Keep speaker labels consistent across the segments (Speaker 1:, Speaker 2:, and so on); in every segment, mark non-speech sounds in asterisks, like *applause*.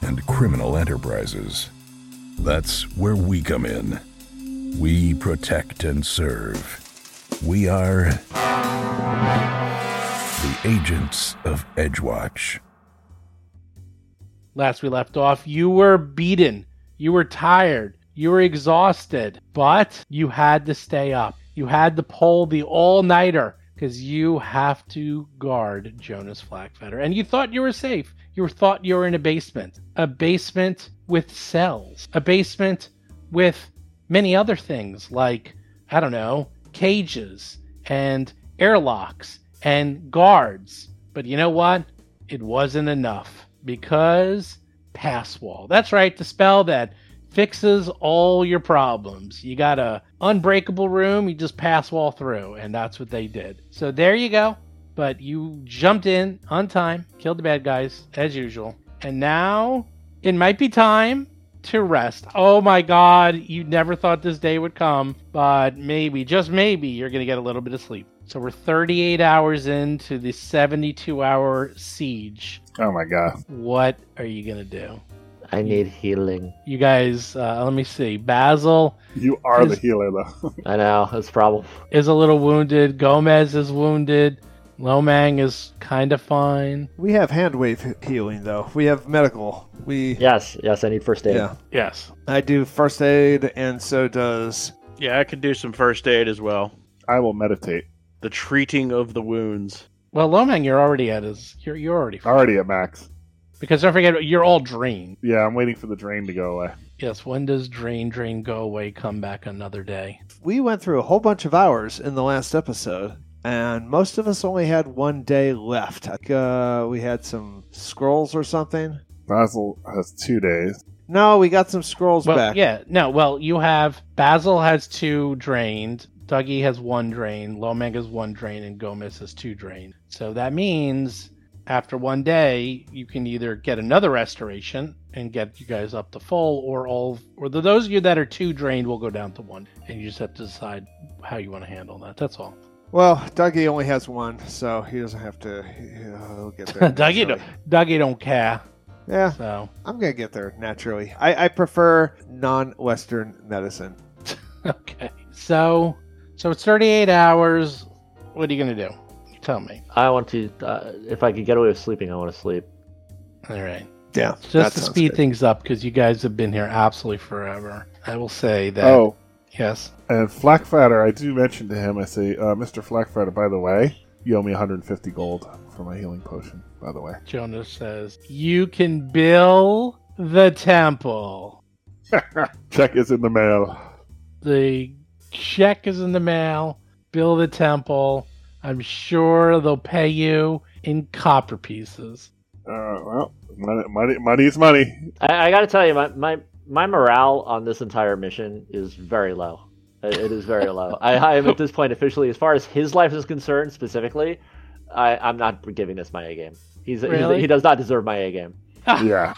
Speaker 1: and criminal enterprises. That's where we come in. We protect and serve. We are the agents of Edgewatch.
Speaker 2: Last we left off, you were beaten. You were tired. You were exhausted. But you had to stay up. You had to pull the all nighter because you have to guard Jonas Flackfetter. And you thought you were safe. You thought you were in a basement. A basement with cells. A basement with many other things like, I don't know, cages and airlocks and guards. But you know what? It wasn't enough because Passwall. That's right, the spell that fixes all your problems. You got a unbreakable room, you just passwall through, and that's what they did. So there you go. But you jumped in on time, killed the bad guys as usual, and now it might be time to rest. Oh my god, you never thought this day would come, but maybe, just maybe, you're going to get a little bit of sleep. So we're 38 hours into the 72 hour siege.
Speaker 3: Oh my god.
Speaker 2: What are you going to do?
Speaker 4: I need healing.
Speaker 2: You guys, uh, let me see. Basil
Speaker 3: *laughs* You are the
Speaker 2: Is-
Speaker 3: healer though. *laughs*
Speaker 4: I know it's a problem.
Speaker 2: is a little wounded. Gomez is wounded. Lomang is kind of fine.
Speaker 5: We have hand wave healing though. We have medical. We
Speaker 4: Yes, yes, I need first aid.
Speaker 5: yeah.
Speaker 6: Yes.
Speaker 5: I do first aid, and so does
Speaker 6: Yeah, I can do some first aid as well.
Speaker 3: I will meditate.
Speaker 6: The treating of the wounds.
Speaker 2: Well, Lomang, you're already at his. You're, you're already
Speaker 3: Already at max.
Speaker 2: because don't forget you're all drained.
Speaker 3: Yeah, I'm waiting for the drain to go away.
Speaker 2: Yes. When does drain, drain, go away? Come back another day.
Speaker 5: we went through a whole bunch of hours in the last episode, and most of us only had one day left. I think, uh, we had some scrolls or something.
Speaker 3: Basil has two days.
Speaker 5: No, we got some scrolls
Speaker 2: Well,
Speaker 5: back.
Speaker 2: yeah. No. Well, you have Basil has two drained. Dougie has one drain. Lomang has one drain, and Gomez has two drained. So that means after one day, you can either get another restoration and get you guys up to full, or all, or the, those of you that are two drained will go down to one, and you just have to decide how you want to handle that. That's all.
Speaker 5: Well, Dougie only has one, so he doesn't have to. he- uh, He'll get
Speaker 2: *laughs*
Speaker 5: there.
Speaker 2: Dougie,
Speaker 5: naturally.
Speaker 2: don't, Dougie don't care.
Speaker 5: Yeah,
Speaker 2: So *laughs*
Speaker 5: I'm gonna get there naturally. I, I prefer non-Western medicine.
Speaker 2: okay. So so it's thirty eight hours. What are you gonna do? You tell me.
Speaker 4: I want to. Uh, if I could get away with sleeping, I want to sleep.
Speaker 2: All right.
Speaker 5: Yeah,
Speaker 2: just to speed things up because you guys have been here absolutely forever i will say that
Speaker 3: Oh,
Speaker 2: yes
Speaker 3: and Flackfatter, I do mention to him, I say, uh, Mr. Flackfatter, by the way, you owe me 150 gold for my healing potion, by the way.
Speaker 2: jonah says you can bill the temple
Speaker 3: Check is in the mail.
Speaker 2: the check is in the mail bill the temple i'm sure they'll pay you in copper pieces
Speaker 3: Uh, well, money, money, money's
Speaker 4: *laughs*
Speaker 3: money.
Speaker 4: I, I got to tell you, my, my my morale on this entire mission is very low. It it is very low. I, I am at this point officially, as far as his life is concerned, specifically, I, I'm not giving this my A game. He's, he's-
Speaker 2: Really?
Speaker 4: he does not deserve my A game.
Speaker 3: Yeah.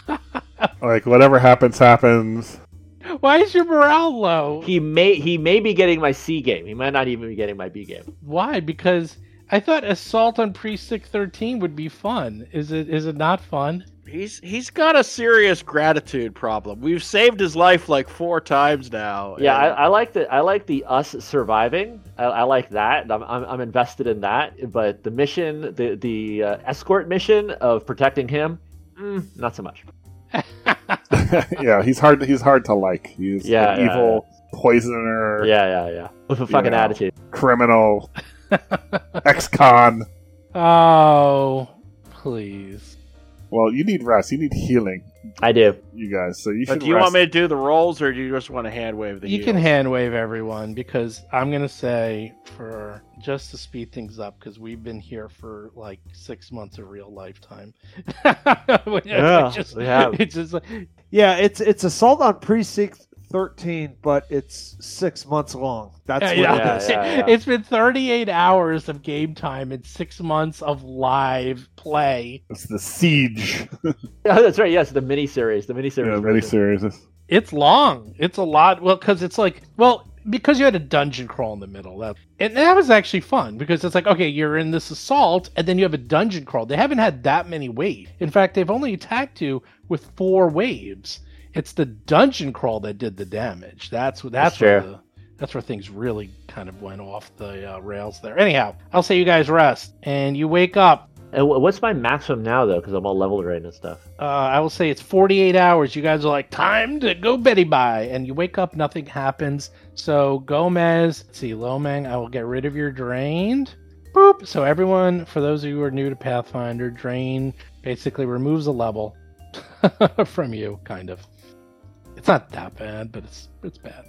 Speaker 3: like, whatever happens, happens. *laughs*
Speaker 2: why is your morale low
Speaker 4: He may he may be getting my C game. He might not even be getting my B game.
Speaker 2: why because i thought assault on precinct 13 would be fun is it is it not fun
Speaker 6: He's he's got a serious gratitude problem. We've saved his life like four times now.
Speaker 4: Yeah,
Speaker 6: and-
Speaker 4: I, I like the I like the us surviving. I, I like that. and I'm, I'm I'm invested in that. But the mission, the the uh, escort mission of protecting him, mm, not so much.
Speaker 3: yeah, he's hard. He's hard to like. He's
Speaker 4: Yeah,
Speaker 3: an
Speaker 4: yeah,
Speaker 3: evil poisoner,
Speaker 4: Yeah, yeah, yeah. With a fucking
Speaker 3: know.
Speaker 4: attitude. *laughs*
Speaker 3: criminal, ex-con.
Speaker 2: oh please
Speaker 3: Well, you need rest. You need healing,
Speaker 4: I do. *laughs*
Speaker 3: you guys. So you
Speaker 6: But
Speaker 3: should.
Speaker 6: do you
Speaker 3: rest.
Speaker 6: want me to do the rolls, or do you just want to hand wave the?
Speaker 2: you can
Speaker 6: heals?
Speaker 2: hand wave everyone because I'm gonna say for just to speed things up because we've been here for like six months of real lifetime. *laughs*
Speaker 4: Yeah,
Speaker 2: it's just,
Speaker 4: we have.
Speaker 2: It's just like,
Speaker 5: Yeah, it's it's assault on precinct thirteen, but it's six months long. That's what
Speaker 2: yeah,
Speaker 5: it
Speaker 4: Yeah,
Speaker 5: is.
Speaker 4: yeah, yeah.
Speaker 2: it's been 38 hours of game time and six months of live play.
Speaker 3: It's the siege.
Speaker 4: Oh, that's right. Yes, the miniseries. The miniseries.
Speaker 3: yeah,
Speaker 4: version.
Speaker 3: very serious.
Speaker 2: It's long. It's a lot. Well, because it's like well. Because you had a dungeon crawl in the middle, that and that was actually fun because it's like okay, you're in this assault, and then you have a dungeon crawl. They haven't had that many waves. In fact, they've only attacked you with four waves. It's the dungeon crawl that did the damage. That's what. That's,
Speaker 4: That's
Speaker 2: where.
Speaker 4: true.
Speaker 2: The, that's where things really kind of went off the uh, rails there. Anyhow, I'll say you guys rest and you wake up.
Speaker 4: And wh- what's my maximum now though? Because I'm all leveled right and stuff.
Speaker 2: Uh, I will say it's 48 hours. You guys are like, time to go Betty bye. And you wake up, nothing happens. So Gomez, let's see, Lomang, I will get rid of your drained. Boop. So everyone, for those of you who are new to Pathfinder, drain basically removes a level *laughs* from you, kind of. It's not that bad, but it's it's bad.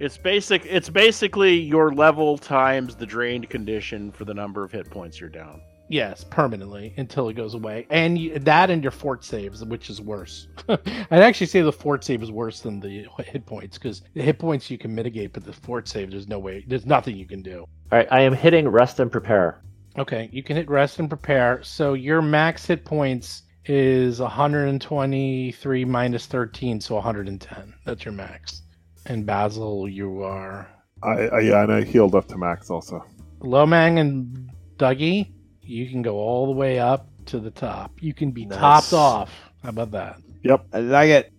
Speaker 6: It's basic. It's basically your level times the drained condition for the number of hit points you're down.
Speaker 2: Yes, permanently until it goes away, and you, that and your fort saves, which is worse. *laughs* I'd actually say the fort save is worse than the *laughs* hit points because the hit points you can mitigate, but the fort save there's no way, there's nothing you can do.
Speaker 4: All right, I am hitting rest and prepare.
Speaker 2: Okay, you can hit rest and prepare. So your max hit points is 123 minus 13, so 110. That's your max. And Basil, you are
Speaker 3: I, I yeah, and I healed up to max also.
Speaker 2: Lomang and Dougie. You can go all the way up to the top. You can be
Speaker 5: Nice.
Speaker 2: topped off. How about that?
Speaker 5: I like it.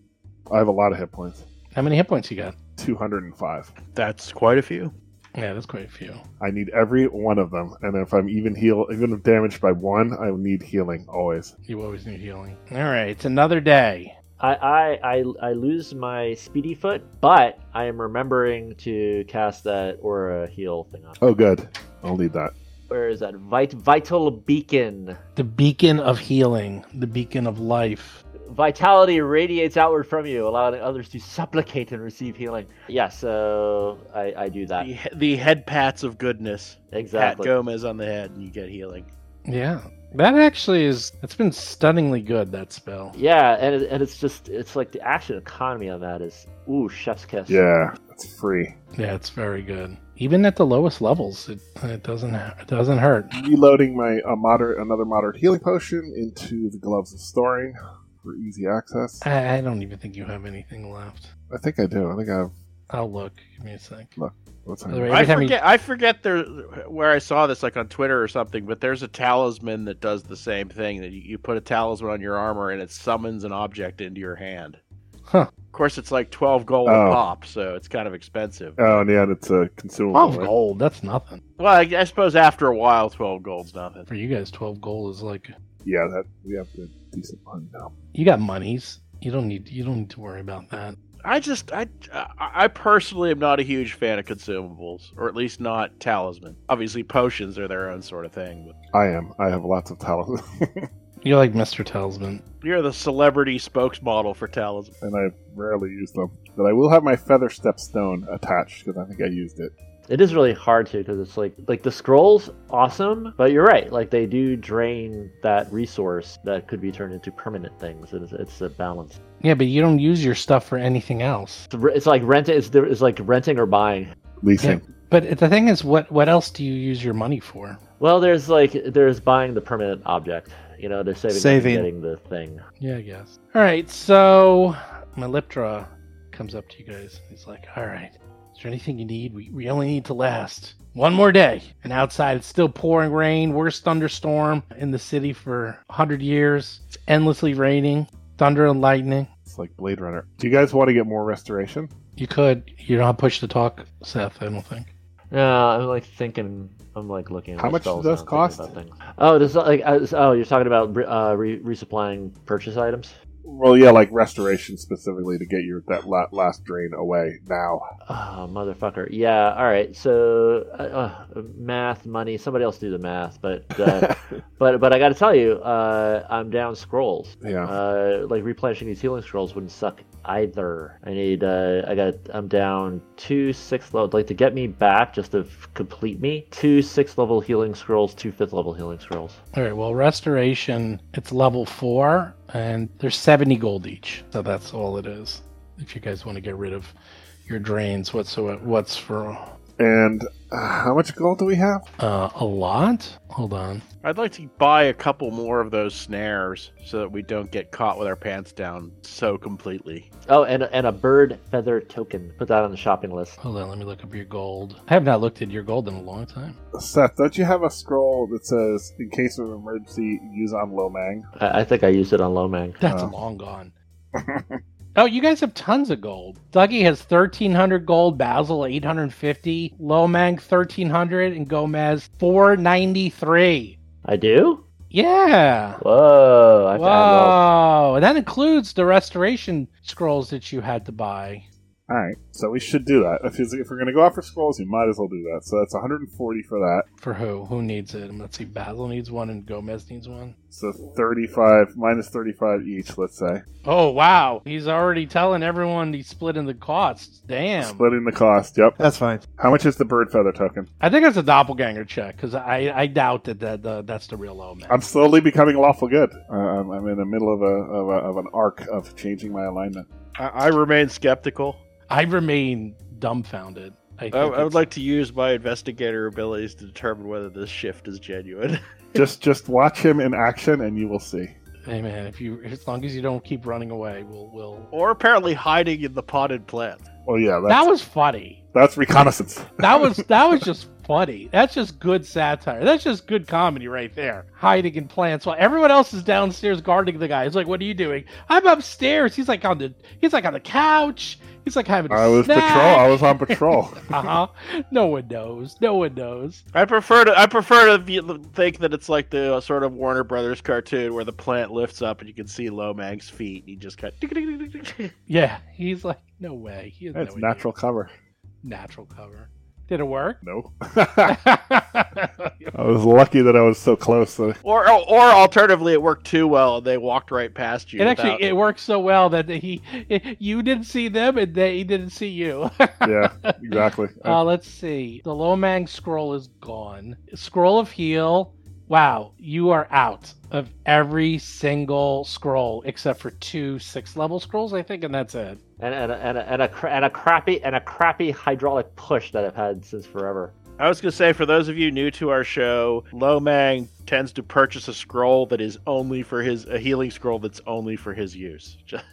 Speaker 3: I have a lot of hit points.
Speaker 2: How many hit points you got?
Speaker 3: Two hundred and five.
Speaker 6: That's quite a few.
Speaker 2: Yeah, that's quite a few.
Speaker 3: I need every one of them, and if I'm even heal, even if damaged by one, I need healing always.
Speaker 2: You always need healing. All right, it's another day.
Speaker 4: I, I I I lose my speedy foot, but I am remembering to cast that aura heal thing on.
Speaker 3: Oh, good. I'll need that.
Speaker 4: Where is that Vit- vital beacon?
Speaker 2: The beacon of healing, the beacon of life.
Speaker 4: Vitality radiates outward from you, allowing others to supplicate and receive healing. Yeah, so I, I do that
Speaker 6: The, the head pats of goodness.
Speaker 4: exactly.
Speaker 6: Pat Gomez on the head, and you get healing.
Speaker 2: Yeah, that actually is. It's been stunningly good that spell.
Speaker 4: Yeah, and it, and it's just it's like the action economy on that is ooh chef's kiss.
Speaker 3: Yeah, it's free.
Speaker 2: Yeah, it's very good. Even at the lowest levels, it, it doesn't it doesn't hurt.
Speaker 3: Reloading my uh, moderate, another moderate healing potion into the gloves of storing for easy access.
Speaker 2: I, I don't even think you have anything left.
Speaker 3: I think I do. I think I have.
Speaker 2: I'll look. Give me a sec.
Speaker 3: What's
Speaker 2: By the way, every
Speaker 3: that?
Speaker 6: I
Speaker 2: time you-
Speaker 6: forget. I forget there where I saw this, like on Twitter or something. But there's a talisman that does the same thing. That you, you put a talisman on your armor, and it summons an object into your hand.
Speaker 2: Huh.
Speaker 6: Of course, it's like twelve gold
Speaker 3: Oh.
Speaker 6: a pop, so it's kind of expensive.
Speaker 3: Oh, and yeah, and it's a consumable.
Speaker 2: Twelve
Speaker 3: right?
Speaker 2: gold. That's nothing
Speaker 6: Well, I, I suppose after a while, twelve gold's nothing.
Speaker 2: for you guys. Twelve gold is like
Speaker 3: Yeah, that we have good decent money now.
Speaker 2: you got monies. You don't need you don't need to worry about that.
Speaker 6: I just, I, I personally am not a huge fan of consumables, or at least not talisman. Obviously, potions are their own sort of thing. But
Speaker 3: I am. I have lots of talent, *laughs*
Speaker 2: You're like Mister Talisman.
Speaker 6: you're the celebrity spokesmodel for talisman.
Speaker 3: and I rarely use them. But I will have my feather step stone attached because I think I used it.
Speaker 4: It is really hard to because it's like like the scrolls awesome, but you're right. Like they do drain that resource that could be turned into permanent things. It's, it's a balance.
Speaker 2: Yeah, but you don't use your stuff for anything else.
Speaker 4: It's, re- it's like renting. It's, the- it's like renting or buying.
Speaker 3: Leasing.
Speaker 2: But the thing is, what what else do you use your money for?
Speaker 4: Well, there's like there's buying the permanent object. You know, they're saving, up and
Speaker 5: Saving.
Speaker 4: getting the thing.
Speaker 2: Yeah, I guess. All right, so Meliptra comes up to you guys. He's like, "All right, is there anything you need? We we only need to last one more day." And outside, it's still pouring rain. Worst thunderstorm in the city for hundred years. It's endlessly raining, thunder and lightning.
Speaker 3: It's like Blade Runner. Do you guys want to get more restoration?
Speaker 2: You could. You're not pushed to talk, Seth. I don't think.
Speaker 4: Yeah, Uh, I'm like thinking. I'm like looking. At
Speaker 3: How
Speaker 4: my
Speaker 3: much do
Speaker 4: spells
Speaker 3: those
Speaker 4: now, thinking
Speaker 3: cost?
Speaker 4: about things. Oh, this like I was- oh, you're talking about uh, re- resupplying uh, purchase items.
Speaker 3: Well, yeah, like restoration specifically to get your that la- last drain away now.
Speaker 4: Oh, motherfucker. Yeah. All right. So, uh, uh, math, money. Somebody else do the math, but
Speaker 3: *laughs*
Speaker 4: uh, but but I got to tell you, uh, I'm down scrolls.
Speaker 3: Yeah.
Speaker 4: Uh, like replenishing these healing scrolls wouldn't suck either. I need. Uh, I got. I'm down two sixth level. Like to get me back, just to f- complete me, two sixth level healing scrolls, two fifth level healing scrolls.
Speaker 2: All right. Well, restoration, it's level four, and there's 70 gold each. So that's all it is. If you guys want to get rid of your drains, what's what's for
Speaker 3: And uh, how much gold do we have?
Speaker 2: uh, a lot? Hold on.
Speaker 6: I'd like to buy a couple more of those snares so that we don't get caught with our pants down so completely.
Speaker 4: Oh, and and a bird feather token. Put that on the shopping list.
Speaker 2: Hold on. Let me look up your gold. I have not looked at your gold in a long time.
Speaker 3: Seth, don't you have a scroll that says "In case of emergency, use on Lomang"?
Speaker 4: I, I think I used it on Lomang.
Speaker 2: That's
Speaker 3: Oh.
Speaker 2: long gone. oh, you guys have tons of gold. Dougie has 1,300 gold, Basil 850, Lomang 1,300, and Gomez 493.
Speaker 4: I do.
Speaker 2: Yeah.
Speaker 4: Whoa! I found
Speaker 2: Whoa. And that includes the restoration scrolls that you had to buy.
Speaker 3: All right, so we should do that. If, it's, if we're going to go out for scrolls, you might as well do that. So that's 140 for that.
Speaker 2: For who? Who needs it? Let's see. Basil needs one and Gomez needs one.
Speaker 3: So 35 minus 35 each, let's say,
Speaker 2: Oh, wow. He's already telling everyone he's splitting the costs. Damn.
Speaker 3: splitting the cost. Yep.
Speaker 5: That's fine.
Speaker 3: How much is the bird feather token?
Speaker 2: I think that's a doppelganger check because I, I doubt that, that uh, that's the real Lomang.
Speaker 3: I'm slowly becoming lawful good. Uh, I'm, I'm in the middle of a, of a of an arc of changing my alignment.
Speaker 6: I, I remain skeptical.
Speaker 2: I remain dumbfounded. I, think
Speaker 6: I, I would
Speaker 2: it's-
Speaker 6: like to use my investigator abilities to determine whether this shift is genuine. *laughs*
Speaker 3: Just just watch him in action, and you will see.
Speaker 2: Hey man, if you as long as you don't keep running away, we'll we'll.
Speaker 6: or apparently hiding in the potted plant.
Speaker 3: Oh yeah, that's
Speaker 2: That was funny.
Speaker 3: that's reconnaissance.
Speaker 2: That was that was just funny. That's just good satire. That's just good comedy right there. Hiding in plants while everyone else is downstairs guarding the guy. He's like, "What are you doing?" I'm upstairs. He's like on the he's like on the couch. He's like having. a
Speaker 3: I was
Speaker 2: snack.
Speaker 3: patrol. I was on
Speaker 2: *laughs*
Speaker 3: patrol.
Speaker 2: uh huh. No one knows. No one knows.
Speaker 6: I prefer to I prefer to view, think that it's like the uh, sort of Warner Brothers cartoon where the plant lifts up and you can see Lomang's feet and he just kind of *laughs*
Speaker 2: Yeah, he's like, no way. He has no
Speaker 3: That's
Speaker 2: idea.
Speaker 3: natural cover.
Speaker 2: natural cover. Did it work?
Speaker 3: No, *laughs* I
Speaker 2: *laughs*
Speaker 3: was lucky that I was so close. That
Speaker 6: or or alternatively it worked too well and they walked right past you.
Speaker 2: It
Speaker 6: without-
Speaker 2: actually it worked so well that he you didn't see them and they didn't see you. *laughs*
Speaker 3: yeah, exactly.
Speaker 2: uh, let's see. The Lomang scroll is gone. Scroll of heal. Wow, you are out of every single scroll except for two six level scrolls, I think, and that's it.
Speaker 4: and and a, and a, and a, cra- and a crappy and a crappy hydraulic push that I've had since forever.
Speaker 6: I was going to say for those of you new to our show, Lomang tends to purchase a scroll that is only for his a healing scroll that's only for his use. *laughs* Just-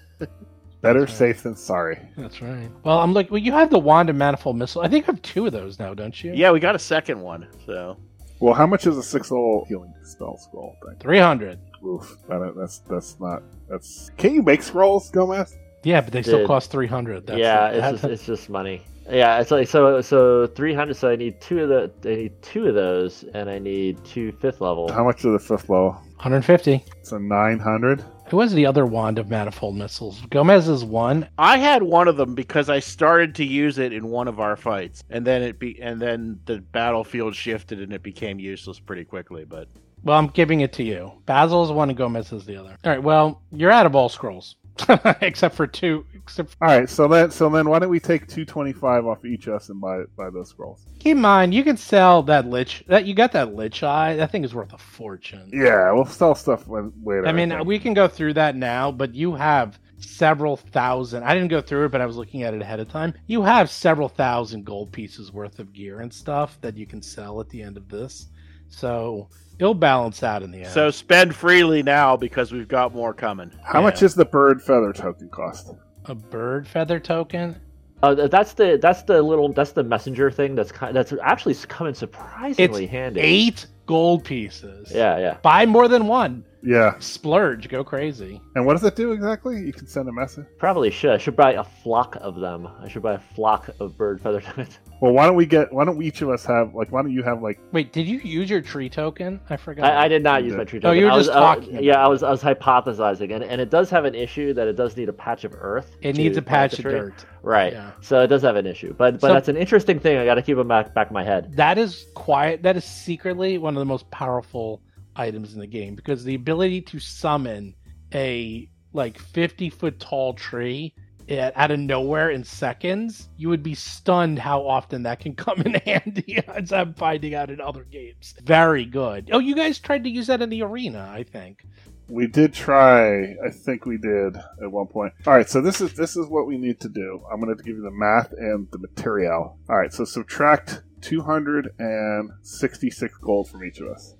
Speaker 3: Better
Speaker 2: That's right.
Speaker 3: safe than sorry.
Speaker 2: That's right. Well, I'm like, well, you have the wand and manifold missile. I think I have two of those now, don't you?
Speaker 6: yeah, we got a second one. So
Speaker 3: Well, how much is a six level healing spell scroll thing?
Speaker 2: Three hundred.
Speaker 3: Oof, that, that's that's not that's. Can you make scrolls, Gomez?
Speaker 2: Yeah, but they still
Speaker 4: Dude.
Speaker 2: cost three hundred.
Speaker 4: yeah,
Speaker 2: *laughs*
Speaker 4: it's just it's just money. Yeah, it's like so so three hundred. So I need two of the I need two of those, and I need two fifth level.
Speaker 2: Uh-huh.
Speaker 3: How much is the fifth level?
Speaker 2: 150.
Speaker 3: So nine hundred.
Speaker 2: Who was the other wand of manifold missiles? Gomez is one.
Speaker 6: I had one of them because I started to use it in one of our fights, and then it be and then the battlefield shifted and it became useless pretty quickly. But
Speaker 2: Well, I'm giving it to you. Basil is one and Gomez is the other. All right. Well, you're out of all scrolls, *laughs* except for two. Except for,
Speaker 3: All right, so then so then why don't we take two twenty five off each us and buy buy those scrolls?
Speaker 2: keep in mind, you can sell that lich. That you got that lich eye. That thing is worth a fortune.
Speaker 3: Yeah, we'll sell stuff when, later.
Speaker 2: I mean,
Speaker 3: think.
Speaker 2: we can go through that now, but you have several thousand. I didn't go through it, but I was looking at it ahead of time. You have several thousand gold pieces worth of gear and stuff that you can sell at the end of this. So it'll balance out in the end.
Speaker 6: so spend freely now because we've got more coming.
Speaker 3: how much is the bird feather token cost?
Speaker 2: a bird feather token?
Speaker 4: Oh, th- that's the that's the little that's the messenger thing. That's kind that's actually s- coming surprisingly handy.
Speaker 2: Eight gold pieces.
Speaker 4: Yeah, yeah.
Speaker 2: Buy more than one.
Speaker 3: Yeah.
Speaker 2: Splurge, go crazy.
Speaker 3: And what does it do exactly? You can send a message.
Speaker 4: Probably should. I should buy a flock of them. I should buy a flock of bird feather diamonds.
Speaker 3: Well, why don't we get? Why don't each of us have like? Why don't you have like?
Speaker 2: Wait, did you use your tree token? I forgot.
Speaker 4: I, I did not use my tree
Speaker 2: No,
Speaker 4: token.
Speaker 2: Oh, you were
Speaker 4: I was,
Speaker 2: just
Speaker 4: I-
Speaker 2: talking
Speaker 4: yeah, I was I was hypothesizing, and, and it does have an issue that it does need a patch of earth.
Speaker 2: It
Speaker 4: to
Speaker 2: needs a
Speaker 4: plant
Speaker 2: patch
Speaker 4: the
Speaker 2: of
Speaker 4: tree.
Speaker 2: dirt.
Speaker 4: Right.
Speaker 2: Yeah.
Speaker 4: So it does have an issue, but but
Speaker 2: So-
Speaker 4: that's an interesting thing. I got to keep in back back of my head.
Speaker 2: That is quiet. That is secretly one of the most powerful items in the game because the ability to summon a like 50 foot tall tree eh, out of nowhere in seconds, you would be stunned how often that can *laughs* come in handy, as I'm finding out in other games. Very good. Oh, you guys tried to use that in the arena, I think.
Speaker 3: We did try. I think we did at one point. All right. So this is this is what we need to do. I'm going to give you the math and the material. All right. So subtract 266 gold from each of us.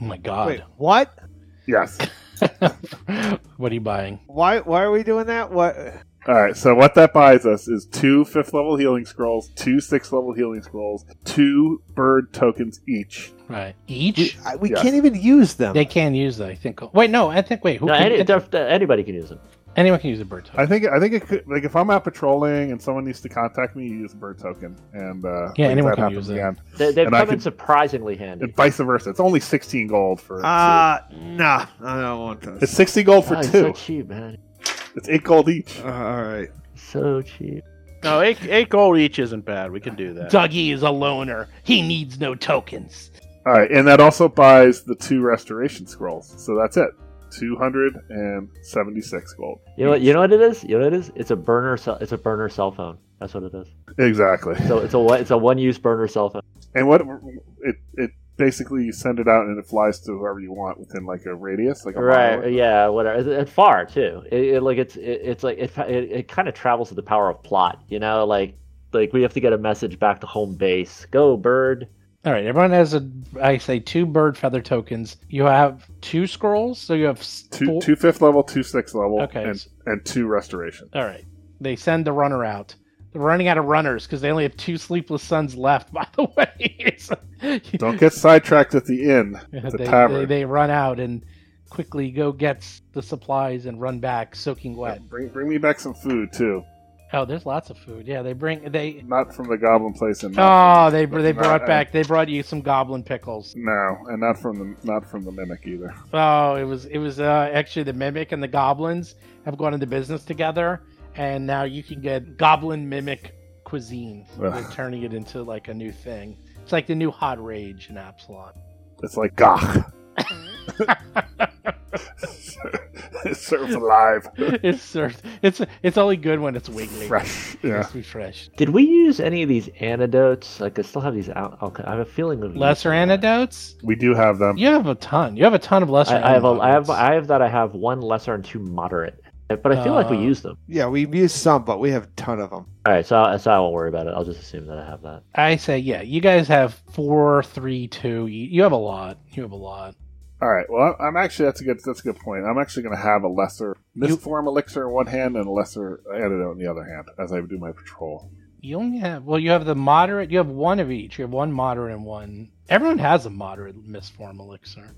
Speaker 2: Oh my god.
Speaker 5: Wait, what?
Speaker 3: Yes.
Speaker 2: *laughs* what are you buying?
Speaker 5: Why? Why are we doing that? What?
Speaker 3: All right, so what that buys us is two fifth level healing scrolls, two sixth level healing scrolls, two bird tokens each.
Speaker 2: Right. Each?
Speaker 5: We, I- we
Speaker 3: Yes.
Speaker 5: can't even use them.
Speaker 2: They can use that, I think. Wait, no, I think wait, who
Speaker 4: No,
Speaker 2: can,
Speaker 4: any, def- anybody can use them.
Speaker 2: anyone can use a bird token.
Speaker 3: I think I think it could like if I'm out patrolling and someone needs to contact me, you use a bird token, and uh,
Speaker 2: Yeah,
Speaker 3: like,
Speaker 2: anyone
Speaker 3: that
Speaker 2: can
Speaker 3: happens
Speaker 2: use it.
Speaker 4: They, they've
Speaker 3: And I
Speaker 4: come in
Speaker 3: could-
Speaker 4: surprisingly handy.
Speaker 3: and vice versa. It's only sixteen gold for
Speaker 5: Uh, nah, I don't want
Speaker 3: two. It's
Speaker 5: those.
Speaker 3: sixty gold for
Speaker 4: God, Oh, it's
Speaker 3: two.
Speaker 4: so cheap, man.
Speaker 3: It's eight gold each.
Speaker 5: Uh, all right.
Speaker 4: So cheap.
Speaker 6: No, eight, eight gold each isn't bad. We can do that.
Speaker 2: Dougie is a loner. He needs no tokens.
Speaker 3: All right, and that also buys the two restoration scrolls. So that's it. Two hundred and seventy-six gold.
Speaker 4: You know what? You know what it is? You know what it is? It's a burner. Cell, it's a burner cell phone. That's what it is.
Speaker 3: Exactly.
Speaker 4: So it's a one- it's a one use burner cell phone.
Speaker 3: And what it it basically you send it out and it flies to whoever you want within like a radius, like a
Speaker 4: Right?
Speaker 3: Mile.
Speaker 4: Yeah. Whatever. It's, it's far too. It, it like it's it, it's like it it, it kind of travels with the power of plot. You know, like like we have to get a message back to home base. Go bird.
Speaker 2: All right, everyone has a I say two bird feather tokens. You have two scrolls, so you have s-
Speaker 3: Two
Speaker 2: four-
Speaker 3: two fifth level, two sixth level,
Speaker 2: Okay.
Speaker 3: and and two restoration.
Speaker 2: All right. They send the runner out. They're running out of runners because they only have two sleepless sons left, *laughs* by the way. It's- *laughs*
Speaker 3: Don't get sidetracked at the inn. the
Speaker 2: they,
Speaker 3: tavern.
Speaker 2: they, they run out and quickly go get s- the supplies and run back soaking wet.
Speaker 3: Bring bring me back some food too,
Speaker 2: Oh, there's lots of food. Yeah, they bring they
Speaker 3: not from the goblin place and not
Speaker 4: Ah.
Speaker 2: Oh, they they
Speaker 3: Not-
Speaker 2: brought back they brought you some goblin pickles.
Speaker 3: from, no, and not from the not from the mimic either.
Speaker 2: Oh, it was it was uh, actually the mimic and the goblins have gone into business together, and now you can get goblin mimic cuisine. They're
Speaker 3: Ugh.
Speaker 2: turning it into like a new thing. It's like the new hot rage in
Speaker 4: *laughs*
Speaker 2: Absalon.
Speaker 3: It's
Speaker 2: *laughs*
Speaker 3: like gah. it serves alive,
Speaker 2: it's served. It's it's only good when it's wiggly.
Speaker 3: fresh.
Speaker 2: It
Speaker 3: Yeah,
Speaker 2: has to be fresh.
Speaker 4: Did we use any of these antidotes? Like I still have these out. okay, I have a feeling of
Speaker 2: Lesser antidotes.
Speaker 3: we do have them.
Speaker 2: You have a ton. You have a ton of lesser.
Speaker 4: I, I have a, I
Speaker 2: antidotes.
Speaker 4: have I have that. I have one lesser and two moderate. But I feel like we
Speaker 2: Uh,
Speaker 4: use them.
Speaker 5: Yeah, we've used some, but we have a ton of them.
Speaker 4: All right, so I- so I won't worry about it. I'll just assume that I have that.
Speaker 2: I say, yeah, you guys have four, three, two. You, you have a lot. You have a lot.
Speaker 3: All right. Well, I'm actually that's a good that's a good point. I'm actually going to have a lesser mist form elixir in one hand and a lesser antidote in the other hand as I do my patrol.
Speaker 2: You only have, well, you have the moderate, you have one of each. You have one moderate and one. Everyone has a moderate misform elixir.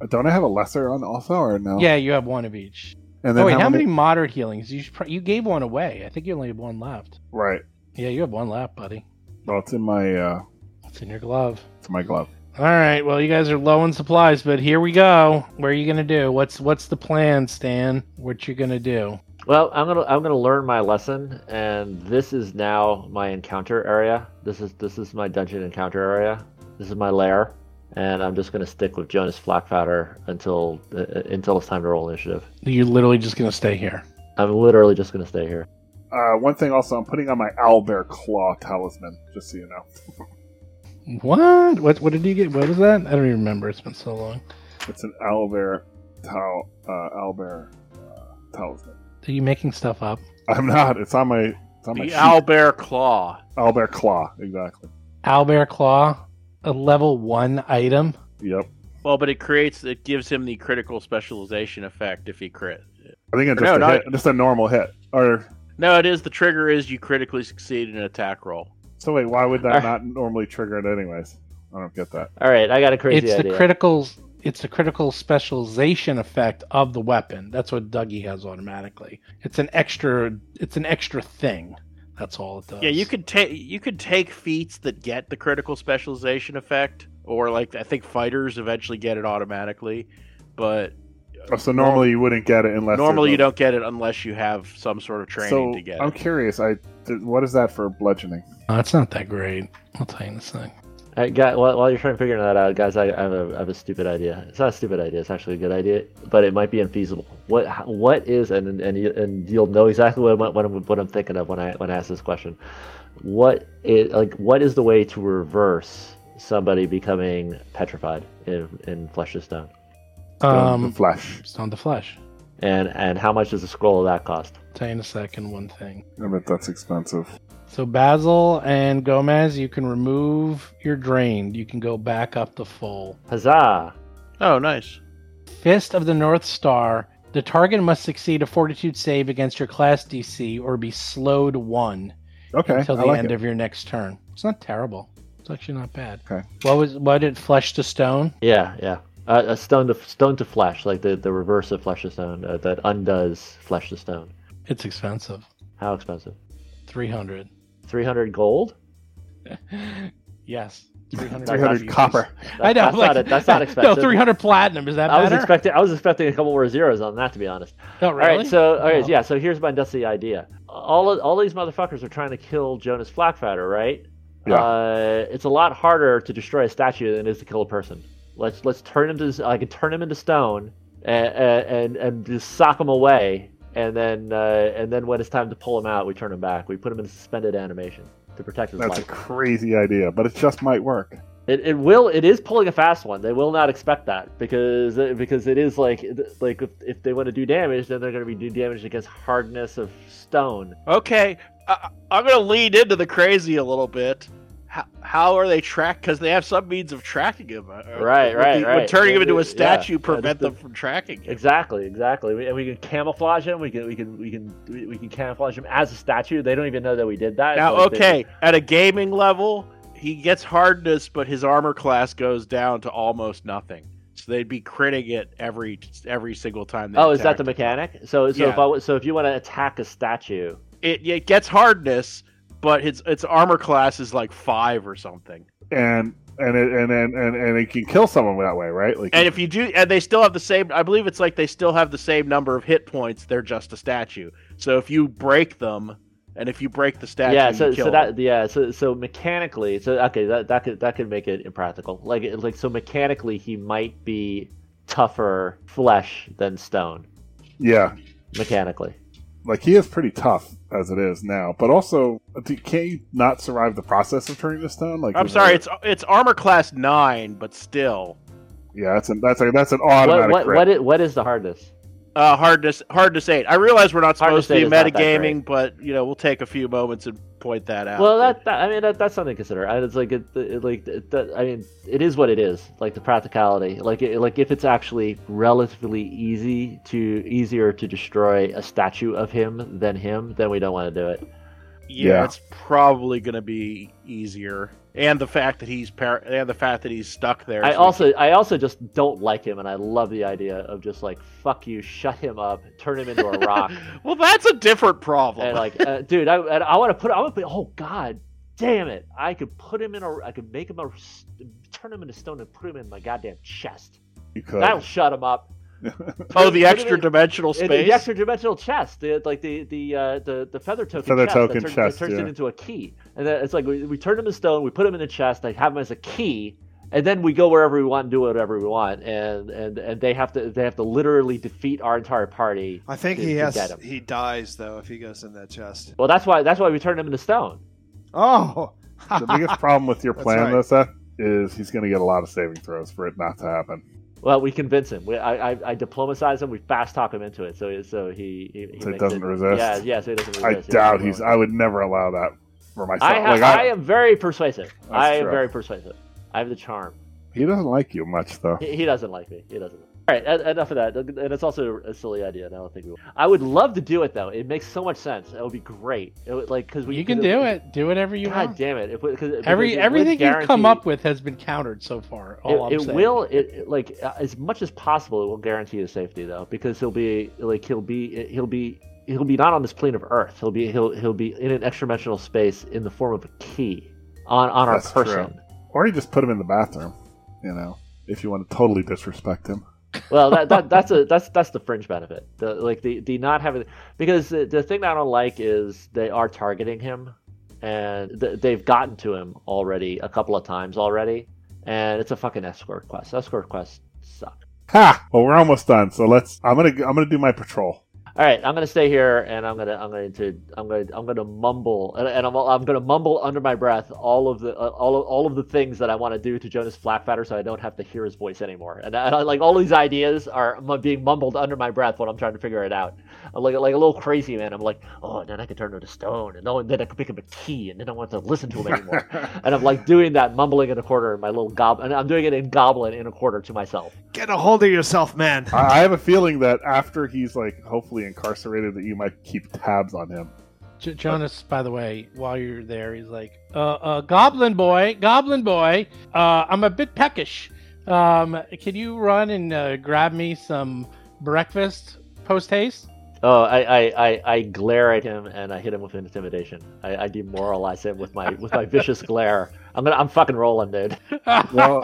Speaker 3: Uh, Don't I have a lesser on also or no?
Speaker 2: Yeah, you have one of each.
Speaker 3: And
Speaker 2: Oh, wait, Oh. how, many, moderate healings? You, should, pro- you gave one away. I think you only have one left.
Speaker 3: Right.
Speaker 2: Yeah, you have one left, buddy.
Speaker 3: Well, it's in my uh,
Speaker 2: It's in your glove.
Speaker 3: it's in my glove.
Speaker 2: All right, well, you guys are low on supplies, but here we go. What are you going to do? What's what's the plan, Stan? What you going to do?
Speaker 4: Well, I'm gonna I'm gonna learn my lesson, and this is now my encounter area. This is this is my dungeon encounter area. This is my lair, and I'm just gonna stick with Jonas Flackfatter until uh, until it's time to roll initiative.
Speaker 2: You're literally just going to stay here.
Speaker 4: I'm literally just gonna stay here.
Speaker 3: Uh, one thing also, I'm putting on my owlbear claw talisman, just so you know.
Speaker 2: What? What? What did you get? What was that? I don't even remember. It's been so long.
Speaker 3: It's an owlbear tal uh, owlbear uh, talisman.
Speaker 2: Are you making stuff up?
Speaker 3: I'm not. It's on my it's on my
Speaker 6: The
Speaker 3: sheet.
Speaker 6: owlbear claw.
Speaker 3: owlbear claw exactly.
Speaker 2: Owlbear Claw, a level one item.
Speaker 3: Yep.
Speaker 6: Well, but it creates it gives him the critical specialization effect if he crit.
Speaker 3: I think it's
Speaker 6: No,
Speaker 3: just, a
Speaker 6: not-
Speaker 3: hit, just a normal hit. Or
Speaker 6: No, it is the trigger is you critically succeed in an attack roll.
Speaker 3: So wait,
Speaker 6: Uh,
Speaker 3: why would that
Speaker 4: Alright.
Speaker 3: not normally trigger it anyways? I don't get that.
Speaker 4: All right, I got a crazy
Speaker 2: it's
Speaker 4: idea.
Speaker 2: the criticals. it's a critical specialization effect of the weapon. That's what Dougie has automatically. It's an extra it's an extra thing. That's all it does.
Speaker 6: Yeah, you could take you could take feats that get the critical specialization effect, or like I think fighters eventually get it automatically, but
Speaker 3: Oh, so normally you wouldn't get it unless
Speaker 6: normally you
Speaker 3: there's
Speaker 6: don't get it unless you have some sort of
Speaker 3: a-
Speaker 6: training
Speaker 3: So
Speaker 6: to get
Speaker 3: I'm
Speaker 6: it.
Speaker 3: curious. I th- what is that for bludgeoning?
Speaker 2: Uh, it's not that great. I'll tell you in a second.
Speaker 4: I got, while, while you're trying to figure that out, guys, I, I, have a, I have a stupid idea. It's not a stupid idea. It's actually a good idea, but it might be infeasible. What how- what is and and you, and you'll know exactly what I'm, what I'm what I'm thinking of when I when I ask this question. What is like what is the way to reverse somebody becoming petrified in in flesh to stone?
Speaker 3: Um,
Speaker 2: Um,
Speaker 3: flesh.
Speaker 2: stone to flesh.
Speaker 4: And and how much does a scroll of that cost?
Speaker 2: I'll tell you in a second one thing.
Speaker 3: I bet that's expensive.
Speaker 2: So Basil and Gomez, you can remove your drain. You can go back up to full.
Speaker 4: Huzzah!
Speaker 6: Oh, nice.
Speaker 2: Fist of the North Star. The target must succeed a fortitude save against your class DC or be slowed one
Speaker 3: Okay,
Speaker 2: until
Speaker 3: I
Speaker 2: the
Speaker 3: like
Speaker 2: end
Speaker 3: it.
Speaker 2: of your next turn. It's not terrible. It's actually not bad.
Speaker 3: Okay.
Speaker 2: What was what did flesh to stone?
Speaker 4: Yeah, yeah. Uh, a stone to stone to flesh, like the, the reverse of flesh to stone, uh, that undoes flesh to stone.
Speaker 2: It's expensive.
Speaker 4: How expensive?
Speaker 2: Three hundred. *laughs*
Speaker 4: Three hundred gold.
Speaker 2: Yes. Three
Speaker 3: 300 copper.
Speaker 2: I know.
Speaker 4: That's,
Speaker 2: like-
Speaker 4: not, that's not expensive.
Speaker 2: *laughs* No, three hundred platinum. Is that
Speaker 4: I was
Speaker 2: better?
Speaker 4: expecting I was expecting a couple more zeros on that to be honest.
Speaker 2: oh, really?
Speaker 4: All right, so all right,
Speaker 2: Oh.
Speaker 4: yeah. So here's my dusty idea. All of, all these motherfuckers are trying to kill Jonas Flakfatter, right?
Speaker 3: Yeah.
Speaker 4: Uh, it's a lot harder to destroy a statue than it is to kill a person. Let's let's turn him to I can turn him into stone and and and just sock him away, and then uh, and then when it's time to pull him out, we turn him back. We put him in suspended animation to protect his
Speaker 3: That's a
Speaker 4: life.
Speaker 3: crazy idea, but it just might work.
Speaker 4: It, it will it is pulling a fast one. They will not expect that because uh, because it is like like if, if they want to do damage, then they're going to be do damage against hardness of stone.
Speaker 6: Okay, I, I'm gonna lean into the crazy a little bit. How, how are they tracked? Because they have some means of tracking him. uh,
Speaker 4: Right,
Speaker 6: would
Speaker 4: right,
Speaker 6: the-
Speaker 4: right.
Speaker 6: Would turning him into
Speaker 4: Yeah,
Speaker 6: a statue
Speaker 4: yeah,
Speaker 6: prevent
Speaker 4: that's the-
Speaker 6: them from tracking him?
Speaker 4: Exactly, exactly. We, and we can camouflage him. We can we can we can we- we can camouflage him as a statue. They don't even know that we did that.
Speaker 6: Now,
Speaker 4: Like, they-
Speaker 6: okay, at a gaming level, he gets hardness, but his armor class goes down to almost nothing. So they'd be critting it every every single time. They
Speaker 4: Oh, is that the
Speaker 6: attacked.
Speaker 4: mechanic? So so if
Speaker 6: Yeah.
Speaker 4: I, wa- so if you want to attack a statue,
Speaker 6: It, it gets hardness, but its its armor class is like five or something.
Speaker 3: And and it, and, and and and it can kill someone that way, right? Like
Speaker 6: And if you do, and they still have the same. I believe it's like they still have the same number of hit points. They're just a statue. So if you break them, and if you break the statue,
Speaker 4: yeah.
Speaker 6: you
Speaker 4: So
Speaker 6: kill
Speaker 4: so
Speaker 6: them.
Speaker 4: that yeah. So so mechanically, so okay, that that could that could make it impractical. Like it- like so mechanically, he might be tougher flesh than stone
Speaker 3: yeah,
Speaker 4: mechanically.
Speaker 3: like he is pretty tough as it is now, but also do- can you not survive the process of turning this stone? Like
Speaker 6: I'm
Speaker 3: is
Speaker 6: sorry,
Speaker 3: it-
Speaker 6: it's it's armor class nine, but still
Speaker 3: yeah, that's an that's a, that's an
Speaker 4: What
Speaker 3: automatic
Speaker 4: what
Speaker 3: crit.
Speaker 4: what is, what is the hardness?
Speaker 6: uh, hardness hardness eight. I realize we're not
Speaker 4: Hardness
Speaker 6: supposed to be
Speaker 4: eight is not that
Speaker 6: metagaming, but you know we'll take a few moments and point that out.
Speaker 4: Well, that, that I mean that, that's something to consider. I, it's like it, it like it, that, I mean it is what it is. Like the practicality, like it, like if it's actually relatively easy to easier to destroy a statue of him than him, then we don't want to do it.
Speaker 6: yeah,
Speaker 3: Yeah.
Speaker 6: it's probably going to be easier, and the fact that he's par- and the fact that he's stuck there.
Speaker 4: I
Speaker 6: so-
Speaker 4: also I also just don't like him, and I love the idea of just like fuck you, shut him up, turn him into a
Speaker 6: *laughs*
Speaker 4: rock,
Speaker 6: well, that's a different problem.
Speaker 4: and like uh, dude, I and I want to put I want to put oh god. Damn it! I could put him in a. I could make him a. s- Turn him into stone and put him in my goddamn chest.
Speaker 3: you could.
Speaker 4: That'll shut him up.
Speaker 6: *laughs* oh,
Speaker 4: Put
Speaker 6: the
Speaker 4: him
Speaker 6: extra
Speaker 4: in-
Speaker 6: dimensional
Speaker 4: It-
Speaker 6: space.
Speaker 4: The extra dimensional chest, the, like the the uh, the the feather token
Speaker 3: Feather
Speaker 4: chest,
Speaker 3: token
Speaker 4: that turns,
Speaker 3: chest,
Speaker 4: that turns
Speaker 3: yeah.
Speaker 4: it into a key, and then it's like we, we turn him in stone, we put him in a chest, I have him as a key, and then we go wherever we want and do whatever we want, and and and they have to they have to literally defeat our entire party.
Speaker 5: I think
Speaker 4: to-
Speaker 5: he
Speaker 4: to
Speaker 5: has.
Speaker 4: get him.
Speaker 5: He dies though if he goes in that chest.
Speaker 4: Well, that's why that's why we turned him into stone.
Speaker 5: Oh,
Speaker 3: the
Speaker 4: *laughs*
Speaker 3: biggest problem with your
Speaker 5: That's
Speaker 3: plan,
Speaker 5: right.
Speaker 3: though, Seth, is he's going to get a lot of saving throws for it not to happen.
Speaker 4: Well, we convince him. We, I, I I diplomatize him. We fast talk him into it, so so he he, he
Speaker 3: So it
Speaker 4: makes
Speaker 3: doesn't resist.
Speaker 4: Yeah, yeah. So he doesn't.
Speaker 3: I
Speaker 4: resist. He
Speaker 3: doubt
Speaker 4: doesn't
Speaker 3: he's.
Speaker 4: really-
Speaker 3: I would never allow that for myself.
Speaker 4: I, ha-
Speaker 3: like I,
Speaker 4: I am very persuasive.
Speaker 3: That's
Speaker 4: I am
Speaker 3: true.
Speaker 4: very persuasive. I have the charm.
Speaker 3: he doesn't like you much, though.
Speaker 4: He, he doesn't like me. He doesn't. All right, en- enough of that. And it's also a silly idea. And I don't think we. Will. I would love to do it though. It makes so much sense. It would be great. It would, like because we
Speaker 2: You can do it. Do whatever you
Speaker 4: God
Speaker 2: want.
Speaker 4: damn it! If we- 'cause- because
Speaker 2: Every
Speaker 4: it would
Speaker 2: everything you've come
Speaker 4: guarantee-
Speaker 2: up with has been countered so far. All
Speaker 4: it,
Speaker 2: I'm
Speaker 4: it
Speaker 2: saying.
Speaker 4: will it it, like uh, as much as possible it will guarantee his safety though because he'll be like he'll be he'll be he'll be not on this plane of earth he'll be he'll he'll be in an extradimensional space in the form of a key on on
Speaker 3: That's
Speaker 4: our
Speaker 3: true.
Speaker 4: person
Speaker 3: Or you just put him in the bathroom, you know, if you want to totally disrespect him.
Speaker 4: well that, that that's a that's that's the fringe benefit the like the the not having because the, the thing that i don't like is they are targeting him and th- they've gotten to him already a couple of times already and it's a fucking escort quest escort quests suck
Speaker 3: Ha! Well, we're almost done, so let's. I'm gonna. I'm gonna do my patrol. *laughs*
Speaker 4: All right, I'm gonna stay here, and I'm gonna, I'm going to, I'm gonna, I'm gonna mumble, and, and I'm, I'm gonna mumble under my breath all of the, uh, all, of, all of the things that I want to do to Jonas Flatfatter, so I don't have to hear his voice anymore. And, I, and I- like all these ideas are mu- being mumbled under my breath when I'm trying to figure it out. I'm like, like a little crazy man. I'm like, oh, and then I could turn him into stone, and oh, and then I could pick up a key, and then I don't want to listen to him
Speaker 3: *laughs*
Speaker 4: anymore. and I'm like doing that, mumbling in a quarter in my little gob, and I'm doing it in goblin in a quarter to myself.
Speaker 5: Get a hold of yourself, man.
Speaker 3: I, I have a feeling that after he's like hopefully incarcerated, that you might keep tabs on him.
Speaker 2: J- Jonas, by the way, while you're there, he's like, uh, uh, Goblin boy, Goblin boy, uh, I'm a bit peckish. Um, can you run and uh, grab me some breakfast post haste?
Speaker 4: Oh, I, I, I, I glare at him and I hit him with intimidation. I, I demoralize him with my with my vicious glare. I'm gonna I'm fucking rolling, dude.
Speaker 3: Well-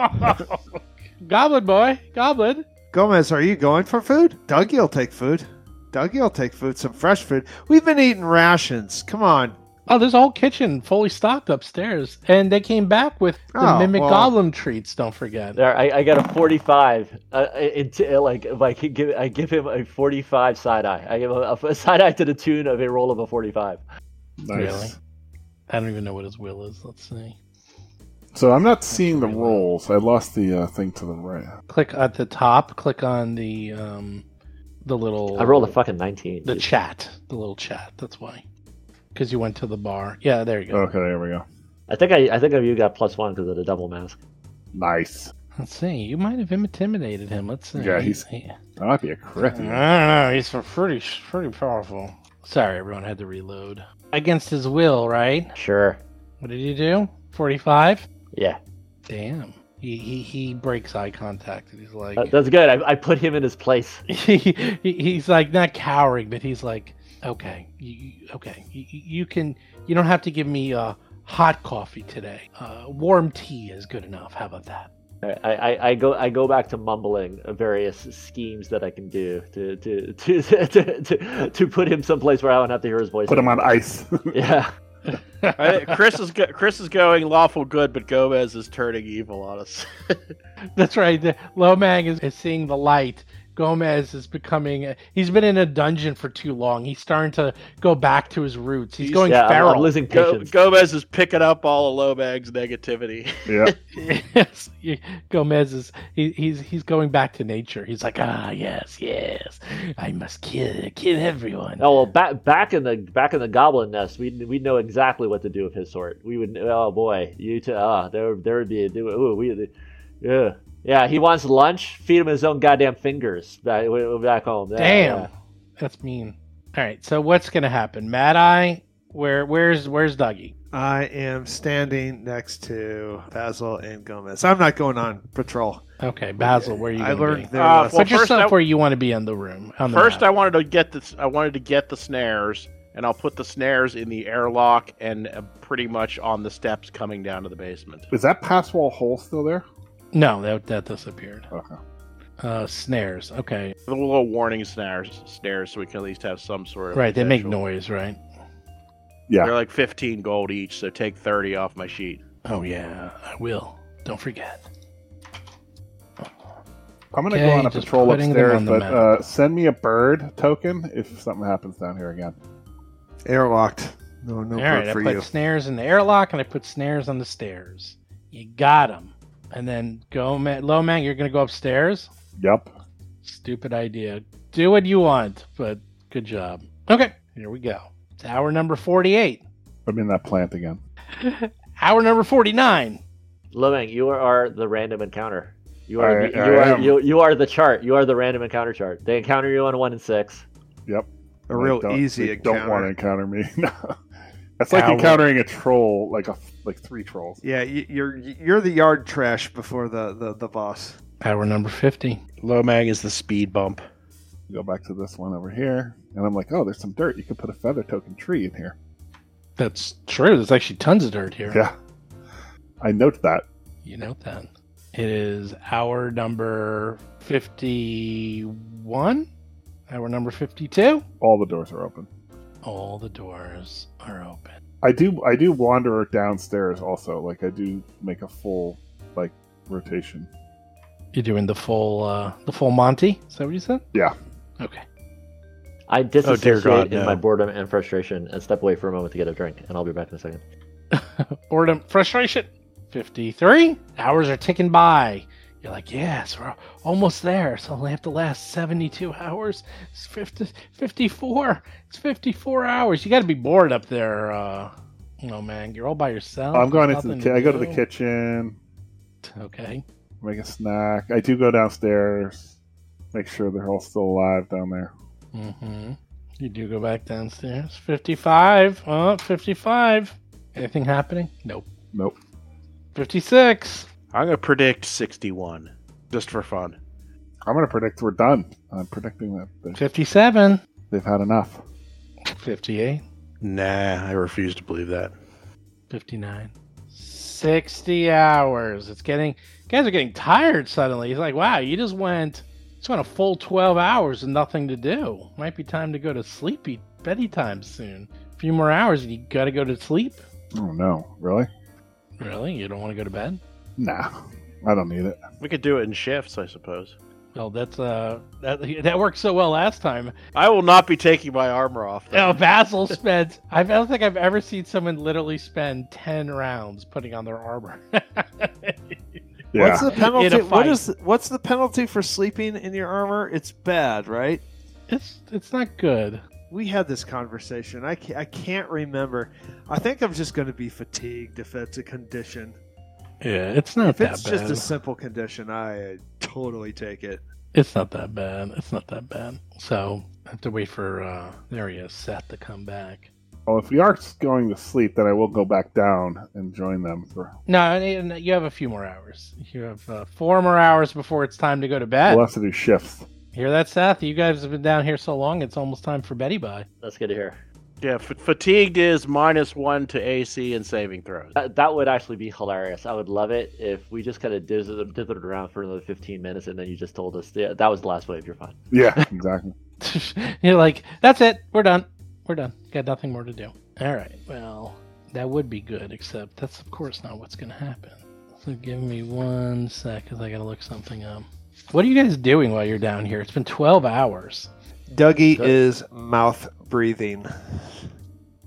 Speaker 2: goblin boy, Goblin.
Speaker 5: Gomez, are you going for food? Dougie will take food. Dougie will take food, some fresh food. We've been eating rations. Come on.
Speaker 2: Oh, there's a whole kitchen fully stocked upstairs, and they came back with the
Speaker 5: Oh,
Speaker 2: mimic
Speaker 5: well.
Speaker 2: goblin treats. Don't forget.
Speaker 4: There, I, I got a 45. Uh, into, like if I could give I give him a 45 side eye. I give him a, a side eye to the tune of a roll of a 45.
Speaker 3: Nice.
Speaker 2: Really? I don't even know what his will is. Let's see.
Speaker 3: So I'm not seeing the rolls. I lost the uh, thing to the right.
Speaker 2: Click at the top. Click on the um, the little.
Speaker 4: I rolled a fucking 19.
Speaker 2: the
Speaker 4: dude.
Speaker 2: chat, the little chat. That's why, because you went to the bar. Yeah, there you go.
Speaker 3: Okay, there we go.
Speaker 4: I think I I think you got plus one because of the double mask.
Speaker 3: Nice.
Speaker 2: Let's see. You might have intimidated him. Let's see.
Speaker 3: Yeah, he's-
Speaker 2: He-
Speaker 3: That might be a
Speaker 2: I
Speaker 3: crit.
Speaker 2: don't know. He's pretty, pretty powerful. Sorry, everyone had to reload against his will, right?
Speaker 4: Sure.
Speaker 2: What did you do? Forty-five.
Speaker 4: Yeah,
Speaker 2: Damn. He he he breaks eye contact. And he's like,
Speaker 4: That- that's good. I, I put him in his place.
Speaker 2: *laughs* he, he he's like not cowering, but he's like, okay, you, you- okay, you, you you can, you don't have to give me uh, hot coffee today. Uh, warm tea is good enough. How about that? *laughs*
Speaker 4: I, I, I go I go back to mumbling various schemes that I can do to to to *laughs* to, to, to put him someplace where I don't have to hear his voice.
Speaker 3: Put him on ice.
Speaker 4: *laughs*
Speaker 3: *laughs*
Speaker 4: Yeah,
Speaker 6: I, Chris is go- Chris is going lawful good, but Gomez is turning evil on *laughs* us.
Speaker 2: That's right. The, Lomang is, is seeing the light. Gomez is becoming. A, he's been in a dungeon for too long. He's starting to go back to his roots. He's
Speaker 6: He's-
Speaker 2: going
Speaker 4: yeah. I'm,
Speaker 2: feral.
Speaker 4: I'm losing
Speaker 6: Go-
Speaker 4: patience.
Speaker 6: Gomez is picking up all of Lobag's negativity.
Speaker 3: yeah.
Speaker 2: *laughs* yes, you- Gomez is he, he's he's going back to nature. He's like, ah, yes, yes, I must kill kill everyone.
Speaker 4: Oh well, back back in the back in the goblin nest, we we know exactly what to do with his sort. We would. Oh boy, you two. Ah, there there would be. A, there, ooh, we. Yeah, yeah. He wants lunch. Feed him his own goddamn fingers. Back back home. Yeah,
Speaker 2: Damn,
Speaker 5: uh,
Speaker 4: yeah.
Speaker 2: that's mean. All right, so what's gonna happen? Mad Eye, where where's where's Dougie?
Speaker 5: I am standing next to Basil and Gomez. I'm not going on patrol.
Speaker 2: Okay, Basil, where are you?
Speaker 5: I
Speaker 2: gonna
Speaker 5: learned
Speaker 2: Be?
Speaker 5: there
Speaker 6: Uh,
Speaker 5: was.
Speaker 6: well,
Speaker 2: Put yourself
Speaker 6: first I-
Speaker 2: where you want to be on the room. On the
Speaker 6: First, I
Speaker 2: map.
Speaker 6: wanted to get the I wanted to get the snares, and I'll put the snares in the airlock and uh, pretty much on the steps coming down to the basement.
Speaker 3: Is that pass wall hole still there?
Speaker 2: no, that that disappeared.
Speaker 3: Okay.
Speaker 2: Uh, snares. Okay,
Speaker 6: The little warning snares, snares, so we can at least have some sort of
Speaker 2: right. They make
Speaker 6: potential.
Speaker 2: noise, right?
Speaker 6: They're like fifteen gold each, so take thirty off my sheet.
Speaker 2: Oh yeah, I will. Don't forget.
Speaker 3: I'm gonna
Speaker 2: Okay,
Speaker 3: go on a
Speaker 2: just
Speaker 3: patrol
Speaker 2: putting them
Speaker 3: upstairs,
Speaker 2: on the
Speaker 3: but
Speaker 2: map.
Speaker 3: uh, send me a bird token if something happens down here again.
Speaker 5: Airlocked. No, no
Speaker 2: All
Speaker 5: bird
Speaker 2: right, I
Speaker 5: for
Speaker 2: put
Speaker 5: you.
Speaker 2: snares in the airlock and I put snares on the stairs. You got them. And then go, man, low man. You're gonna go upstairs.
Speaker 3: Yep.
Speaker 2: Stupid idea. Do what you want, but good job. Okay, here we go. It's hour number 48.
Speaker 3: I'm in that plant again.
Speaker 2: Hour number 49.
Speaker 4: Loving, you are the random encounter. You are
Speaker 3: I-
Speaker 4: the,
Speaker 3: I
Speaker 4: you are
Speaker 3: am.
Speaker 4: you, you are the chart. You are the random encounter chart. They encounter you on one and six.
Speaker 5: A
Speaker 3: They
Speaker 5: real
Speaker 3: don't-
Speaker 5: easy
Speaker 3: they
Speaker 5: encounter.
Speaker 3: Don't want to encounter me. *laughs* No. That's like
Speaker 2: Ow.
Speaker 3: encountering a troll, like a like three trolls.
Speaker 5: Yeah, you- you're you're the yard trash before the the, the boss.
Speaker 2: Hour number 50.
Speaker 6: Low mag is the speed bump.
Speaker 3: Go back to this one over here, and I'm like, oh, there's some dirt. You could put a feather token tree in here.
Speaker 2: That's true. There's actually tons of dirt here.
Speaker 3: Yeah, I note that.
Speaker 2: You know that. It is hour number 51. Hour number 52.
Speaker 3: All the doors are open.
Speaker 2: All the doors are open.
Speaker 3: I do I do wander downstairs also. Like I do make a full like rotation.
Speaker 2: You're doing the full uh the full Monty? Is that what you said?
Speaker 3: Yeah.
Speaker 2: Okay.
Speaker 4: I disassociate
Speaker 6: Oh, God,
Speaker 4: in
Speaker 6: no.
Speaker 4: my boredom and frustration and step away for a moment to get a drink, and I'll be back in a second.
Speaker 2: Boredom frustration. Fifty-three. Hours are ticking by. You're like, yes, we're almost there. So only have to last 72 hours. It's 50, 54. It's 54 hours. You got to be bored up there. Uh, no, man. You're all by yourself.
Speaker 3: I'm going into the
Speaker 2: Nothing
Speaker 3: ki- I go to the
Speaker 2: do.
Speaker 3: kitchen,
Speaker 2: Okay.
Speaker 3: make a snack. I do go downstairs, make sure they're all still alive down there.
Speaker 2: Mm-hmm. You do go back downstairs. 55. Uh, 55. Anything happening? Nope.
Speaker 3: Nope.
Speaker 2: 56.
Speaker 6: I'm gonna predict 61, just for fun.
Speaker 3: I'm gonna predict we're done. I'm predicting that they-
Speaker 2: 57.
Speaker 3: they've had enough.
Speaker 2: 58.
Speaker 6: Nah, I refuse to believe that.
Speaker 2: 59. 60 hours. It's getting guys are getting tired suddenly. It's like, wow, you just went just went a full 12 hours and nothing to do. Might be time to go to sleepy beddy time soon. A few more hours and you got to go to sleep.
Speaker 3: Oh no, really?
Speaker 2: Really? You don't want to go to bed?
Speaker 3: Nah, I don't need it.
Speaker 6: We could do it in shifts, I suppose.
Speaker 2: Well, that's uh that *laughs* that worked so well last *laughs* time.
Speaker 6: I will not be taking my armor off. though.
Speaker 2: Oh, Basil spends. I don't think I've ever seen someone literally spend 10 rounds putting on their armor. *laughs*
Speaker 3: Yeah,
Speaker 5: What's the penalty? What
Speaker 2: fight.
Speaker 5: is what's the penalty for sleeping in your armor? It's bad, right?
Speaker 2: it's it's not good.
Speaker 5: We had this conversation. I can't, I can't remember. I think I'm just going to be fatigued if it's a condition.
Speaker 2: Yeah, it's not
Speaker 5: If
Speaker 2: that
Speaker 5: it's
Speaker 2: bad.
Speaker 5: just a simple condition, I totally take it.
Speaker 2: It's not that bad. It's not that bad. So I have to wait for uh there he is, Seth to come back.
Speaker 3: well, if we are going to sleep, then I will go back down and join them for
Speaker 2: No, and- and you have a few more hours. You have uh, four more hours before it's time to go to bed.
Speaker 3: We'll have to do shifts.
Speaker 2: Hear that, Seth? You guys have been down here so long, it's almost time for Betty Bye. *laughs*
Speaker 4: That's good to hear.
Speaker 6: Yeah, f- fatigued is minus one to AC and saving throws.
Speaker 4: That, Uh, that would actually be hilarious. I would love it if we just kind of dizzled, dizzled around for another 15 minutes and then you just told us, yeah, that was the last wave, you're fine.
Speaker 2: *laughs*
Speaker 3: Yeah, exactly.
Speaker 2: You're like, that's it. We're done. We're done. Got nothing more to do. All right. Well, that would be good, except that's, of course, not what's going to happen. So give me one sec because I got to look something up. What are you guys doing while you're down here? It's been 12 hours.
Speaker 5: Dougie is mouth breathing.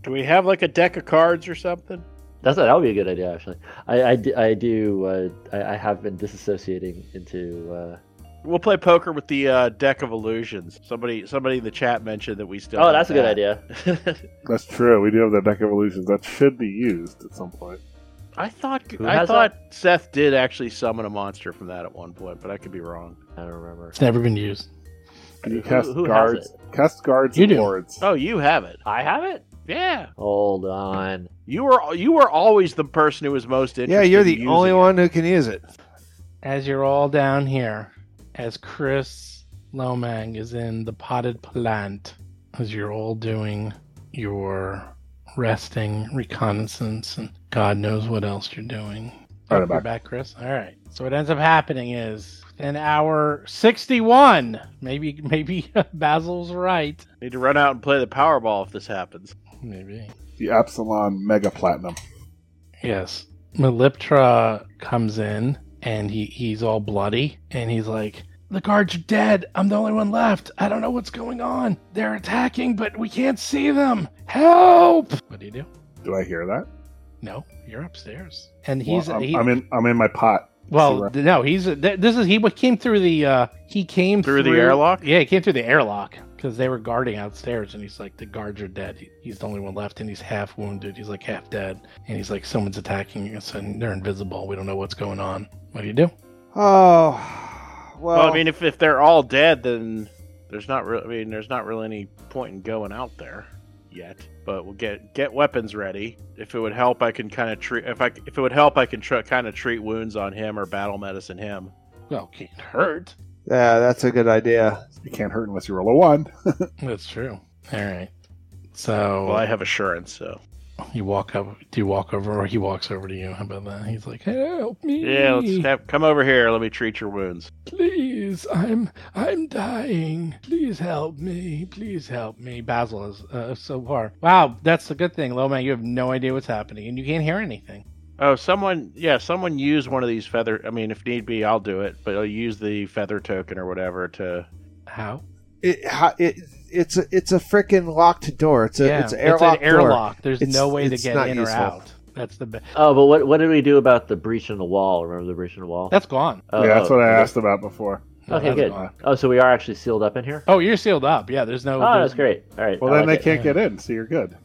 Speaker 6: Do we have like a deck of cards or something?
Speaker 4: That's That would be a good idea, actually. I, I, d- I do, uh, I, I have been disassociating into, uh...
Speaker 6: We'll play poker with the uh, deck of illusions. Somebody, somebody in the chat mentioned that we still.
Speaker 4: oh,
Speaker 6: have
Speaker 4: that's a good
Speaker 6: that.
Speaker 4: idea. *laughs*
Speaker 3: That's true. We do have the deck of illusions that should be used at some point.
Speaker 6: I thought
Speaker 4: Who
Speaker 6: I
Speaker 4: has
Speaker 6: thought Seth did actually summon a monster from that at one point, but I could be wrong.
Speaker 4: I don't
Speaker 6: *laughs*
Speaker 4: remember.
Speaker 2: It's never been used.
Speaker 3: Can you
Speaker 4: Who-
Speaker 3: cast
Speaker 4: who has
Speaker 3: guards? Cast guards
Speaker 2: You
Speaker 3: and
Speaker 2: do.
Speaker 3: wards.
Speaker 6: Oh, you have it.
Speaker 4: I have it?
Speaker 6: Yeah,
Speaker 4: Hold on.
Speaker 6: you were you were always the person who was most interested.
Speaker 5: Yeah, you're
Speaker 6: in
Speaker 5: the
Speaker 6: using
Speaker 5: only
Speaker 6: it.
Speaker 5: one who can use it.
Speaker 2: As you're all down here, as Chris Lomang is in the potted plant, as you're all doing your resting, reconnaissance, and God knows what else you're doing.
Speaker 3: All right, I'm
Speaker 2: You're
Speaker 3: back.
Speaker 2: back, Chris. All right. So what ends up happening is in hour 61, maybe maybe *laughs* Basil's right.
Speaker 6: Need to run out and play the Powerball if this happens.
Speaker 2: Maybe.
Speaker 3: The Epsilon Mega Platinum.
Speaker 2: Yes. Meliptra comes in and he, he's all bloody and he's like, The guards are dead. I'm the only one left. I don't know what's going on. They're attacking, but we can't see them. Help! What do you do?
Speaker 3: Did I hear that?
Speaker 2: No, you're upstairs. And he's.
Speaker 3: Well, I'm,
Speaker 2: he,
Speaker 3: I'm in. I'm in my pot.
Speaker 2: well th- no, he's. th- This is. He w- came through the. uh He came
Speaker 6: Through the airlock?
Speaker 2: Yeah, he came through the airlock because they were guarding outstairs and he's like, The guards are dead. He- He's the only one left and he's half wounded. He's like half dead. and he's like, "Someone's attacking us, and they're invisible. We don't know what's going on. What do you do?"
Speaker 5: Oh, well.
Speaker 6: Well, I mean, if, if they're all dead, then there's not really. I mean, there's not really any point in going out there yet. But we'll get get weapons ready. If it would help, I can kind of treat. If I if it would help, I can tr- kind of treat wounds on him or battle medicine him.
Speaker 2: Well, can't hurt.
Speaker 5: yeah, that's a good idea.
Speaker 3: You can't hurt unless you roll a one.
Speaker 2: That's true. All right. So
Speaker 6: Well, I have assurance, so
Speaker 2: you walk up. Do you walk over, or he walks over to you? How about that? He's like, "Help me!
Speaker 6: yeah. Let's have, come over here. Let me treat your wounds.
Speaker 2: please! I'm I'm dying. Please help me! Please help me!" Basil is uh, so far. Wow, that's a good thing, Loma. You have no idea what's happening, and you can't hear anything.
Speaker 6: Oh, someone, yeah, someone use one of these feather. I mean, if need be, I'll do it, but I'll use the feather token or whatever to.
Speaker 2: How?
Speaker 5: It, ha- it it's a, it's a freaking locked door. It's a
Speaker 2: yeah,
Speaker 5: it's an airlock.
Speaker 2: an airlock. There's
Speaker 5: It's-
Speaker 2: no way to
Speaker 5: it's
Speaker 2: get
Speaker 5: not
Speaker 2: in or
Speaker 5: useful.
Speaker 2: out. That's the best.
Speaker 4: Oh, but what what did we do about the breach in the wall? Remember the breach in the wall?
Speaker 2: That's gone.
Speaker 4: Oh,
Speaker 3: yeah, that's
Speaker 4: oh,
Speaker 3: what I
Speaker 4: okay.
Speaker 3: asked about before.
Speaker 4: Okay,
Speaker 2: That's
Speaker 4: good.
Speaker 2: gone.
Speaker 4: Oh, so we are actually sealed up in here.
Speaker 2: Oh, you're sealed up. Yeah, there's no.
Speaker 4: Oh, that's great. All right.
Speaker 3: Well,
Speaker 4: I
Speaker 3: then
Speaker 4: like
Speaker 3: they
Speaker 4: it.
Speaker 3: can't get in, so you're good.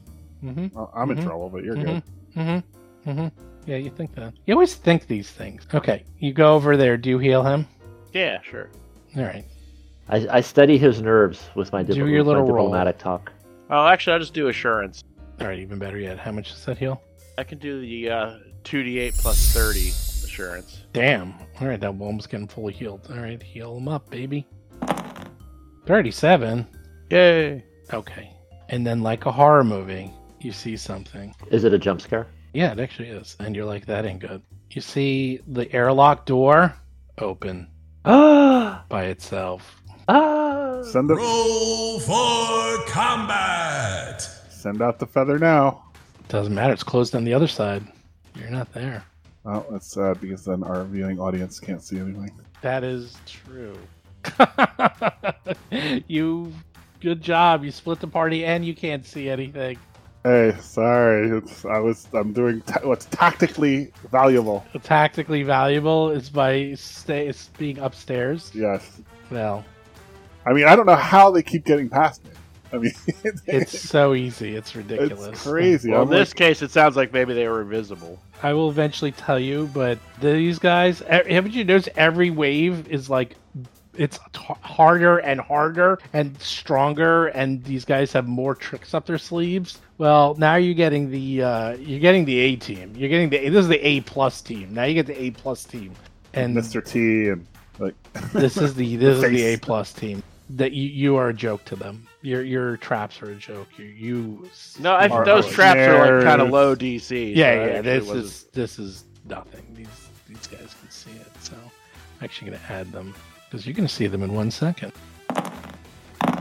Speaker 2: Mm-hmm.
Speaker 3: Well, I'm in
Speaker 2: Mhm.
Speaker 3: trouble, but you're good.
Speaker 2: Mm-hmm. Mm-hmm. Yeah, you think that. You always think these things. Okay, you go over there. Do you heal him?
Speaker 6: Yeah, sure.
Speaker 2: All right.
Speaker 4: I, I study his nerves with my, dipl-
Speaker 2: Do your
Speaker 4: with my
Speaker 2: little roll.
Speaker 4: diplomatic talk.
Speaker 6: Oh, actually, I'll just do assurance.
Speaker 2: All right, even better yet. How much does that heal?
Speaker 6: I can do the uh, 2d8 plus 30 assurance.
Speaker 2: Damn. All right, that womb's getting fully healed. All right, heal him up, baby. 37.
Speaker 6: Yay.
Speaker 2: Okay. And then, like a horror movie, you see something.
Speaker 4: Is it a jump scare?
Speaker 2: Yeah, it actually is. And you're like, that ain't good. You see the airlock door open
Speaker 4: Ah,
Speaker 2: by itself.
Speaker 4: ah.
Speaker 3: Send the,
Speaker 7: Roll for combat.
Speaker 3: send out the feather now.
Speaker 2: Doesn't matter. It's closed on the other side. You're not there.
Speaker 3: Oh, that's sad because then our viewing audience can't see anything.
Speaker 2: That is true. *laughs* you good job. You split the party and you can't see anything.
Speaker 3: Hey, sorry. It's, I was. I'm doing ta- what's tactically valuable.
Speaker 2: Tactically valuable is by stay is being upstairs.
Speaker 3: Yes.
Speaker 2: Well,
Speaker 3: I mean, I don't know how they keep getting past me. I mean, *laughs*
Speaker 2: it's so easy. It's ridiculous.
Speaker 3: it's crazy.
Speaker 6: Well,
Speaker 3: I'm
Speaker 6: in this case, it sounds like maybe they were invisible.
Speaker 2: I will eventually tell you, but these guys, e- haven't you noticed every wave is like it's t- harder and harder and stronger, and these guys have more tricks up their sleeves. Well, now you're getting the uh, you're getting the A team. You're getting the this is the A plus team. Now you get the A plus team,
Speaker 3: like,
Speaker 2: and
Speaker 3: Mr. T and *laughs* like
Speaker 2: this is the this is the A
Speaker 3: face.
Speaker 2: plus team. That you, you are a joke to them. Your your traps are a joke. You, you
Speaker 6: No, I,
Speaker 2: are-
Speaker 6: those
Speaker 2: are-
Speaker 6: traps are like kind of
Speaker 3: Nerds.
Speaker 6: low DC. so
Speaker 2: yeah,
Speaker 6: that
Speaker 2: yeah.
Speaker 6: actually
Speaker 2: This
Speaker 6: wasn't-
Speaker 2: is this is nothing. These these guys can see it. So I'm actually going to add them because you're going to see them in one second. All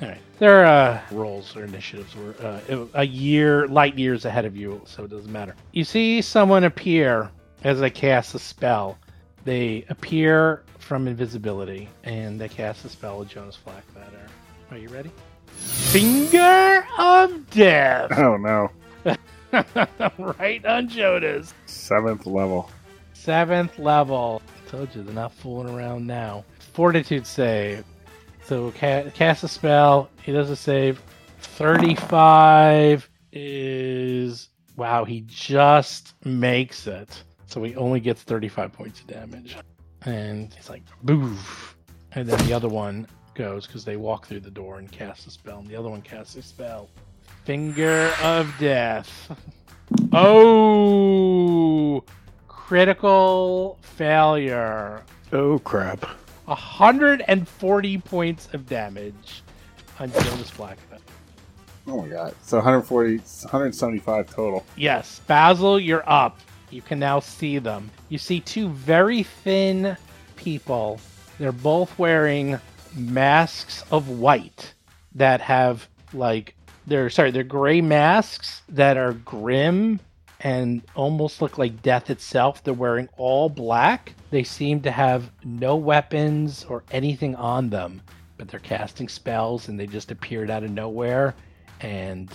Speaker 2: right, their uh, roles or initiatives were uh, a year, light years ahead of you, so it doesn't matter. You see someone appear as they cast a spell. They appear from invisibility, and they cast a spell with Jonas Flack. That are. Are you ready? Finger of Death
Speaker 3: oh no,
Speaker 2: *laughs* right on Jonas.
Speaker 3: seventh level.
Speaker 2: Seventh level. Told you they're not fooling around now. Fortitude save. So ca- cast a spell. He does a save. Thirty-five is wow. He just makes it. So he only gets thirty-five points of damage. And he's like, boof. And then the other one goes because they walk through the door and cast a spell. And the other one casts a spell. Finger of Death. *laughs* Oh, critical failure.
Speaker 6: Oh, crap.
Speaker 2: 140 points of damage on Jonas Blackman.
Speaker 3: Oh my god. So 140, 175 total.
Speaker 2: Yes, Basil, you're up. You can now see them. You see two very thin people. They're both wearing masks of white that have like they're sorry, they're gray masks that are grim and almost look like death itself. They're wearing all black. They seem to have no weapons or anything on them, but they're casting spells and they just appeared out of nowhere and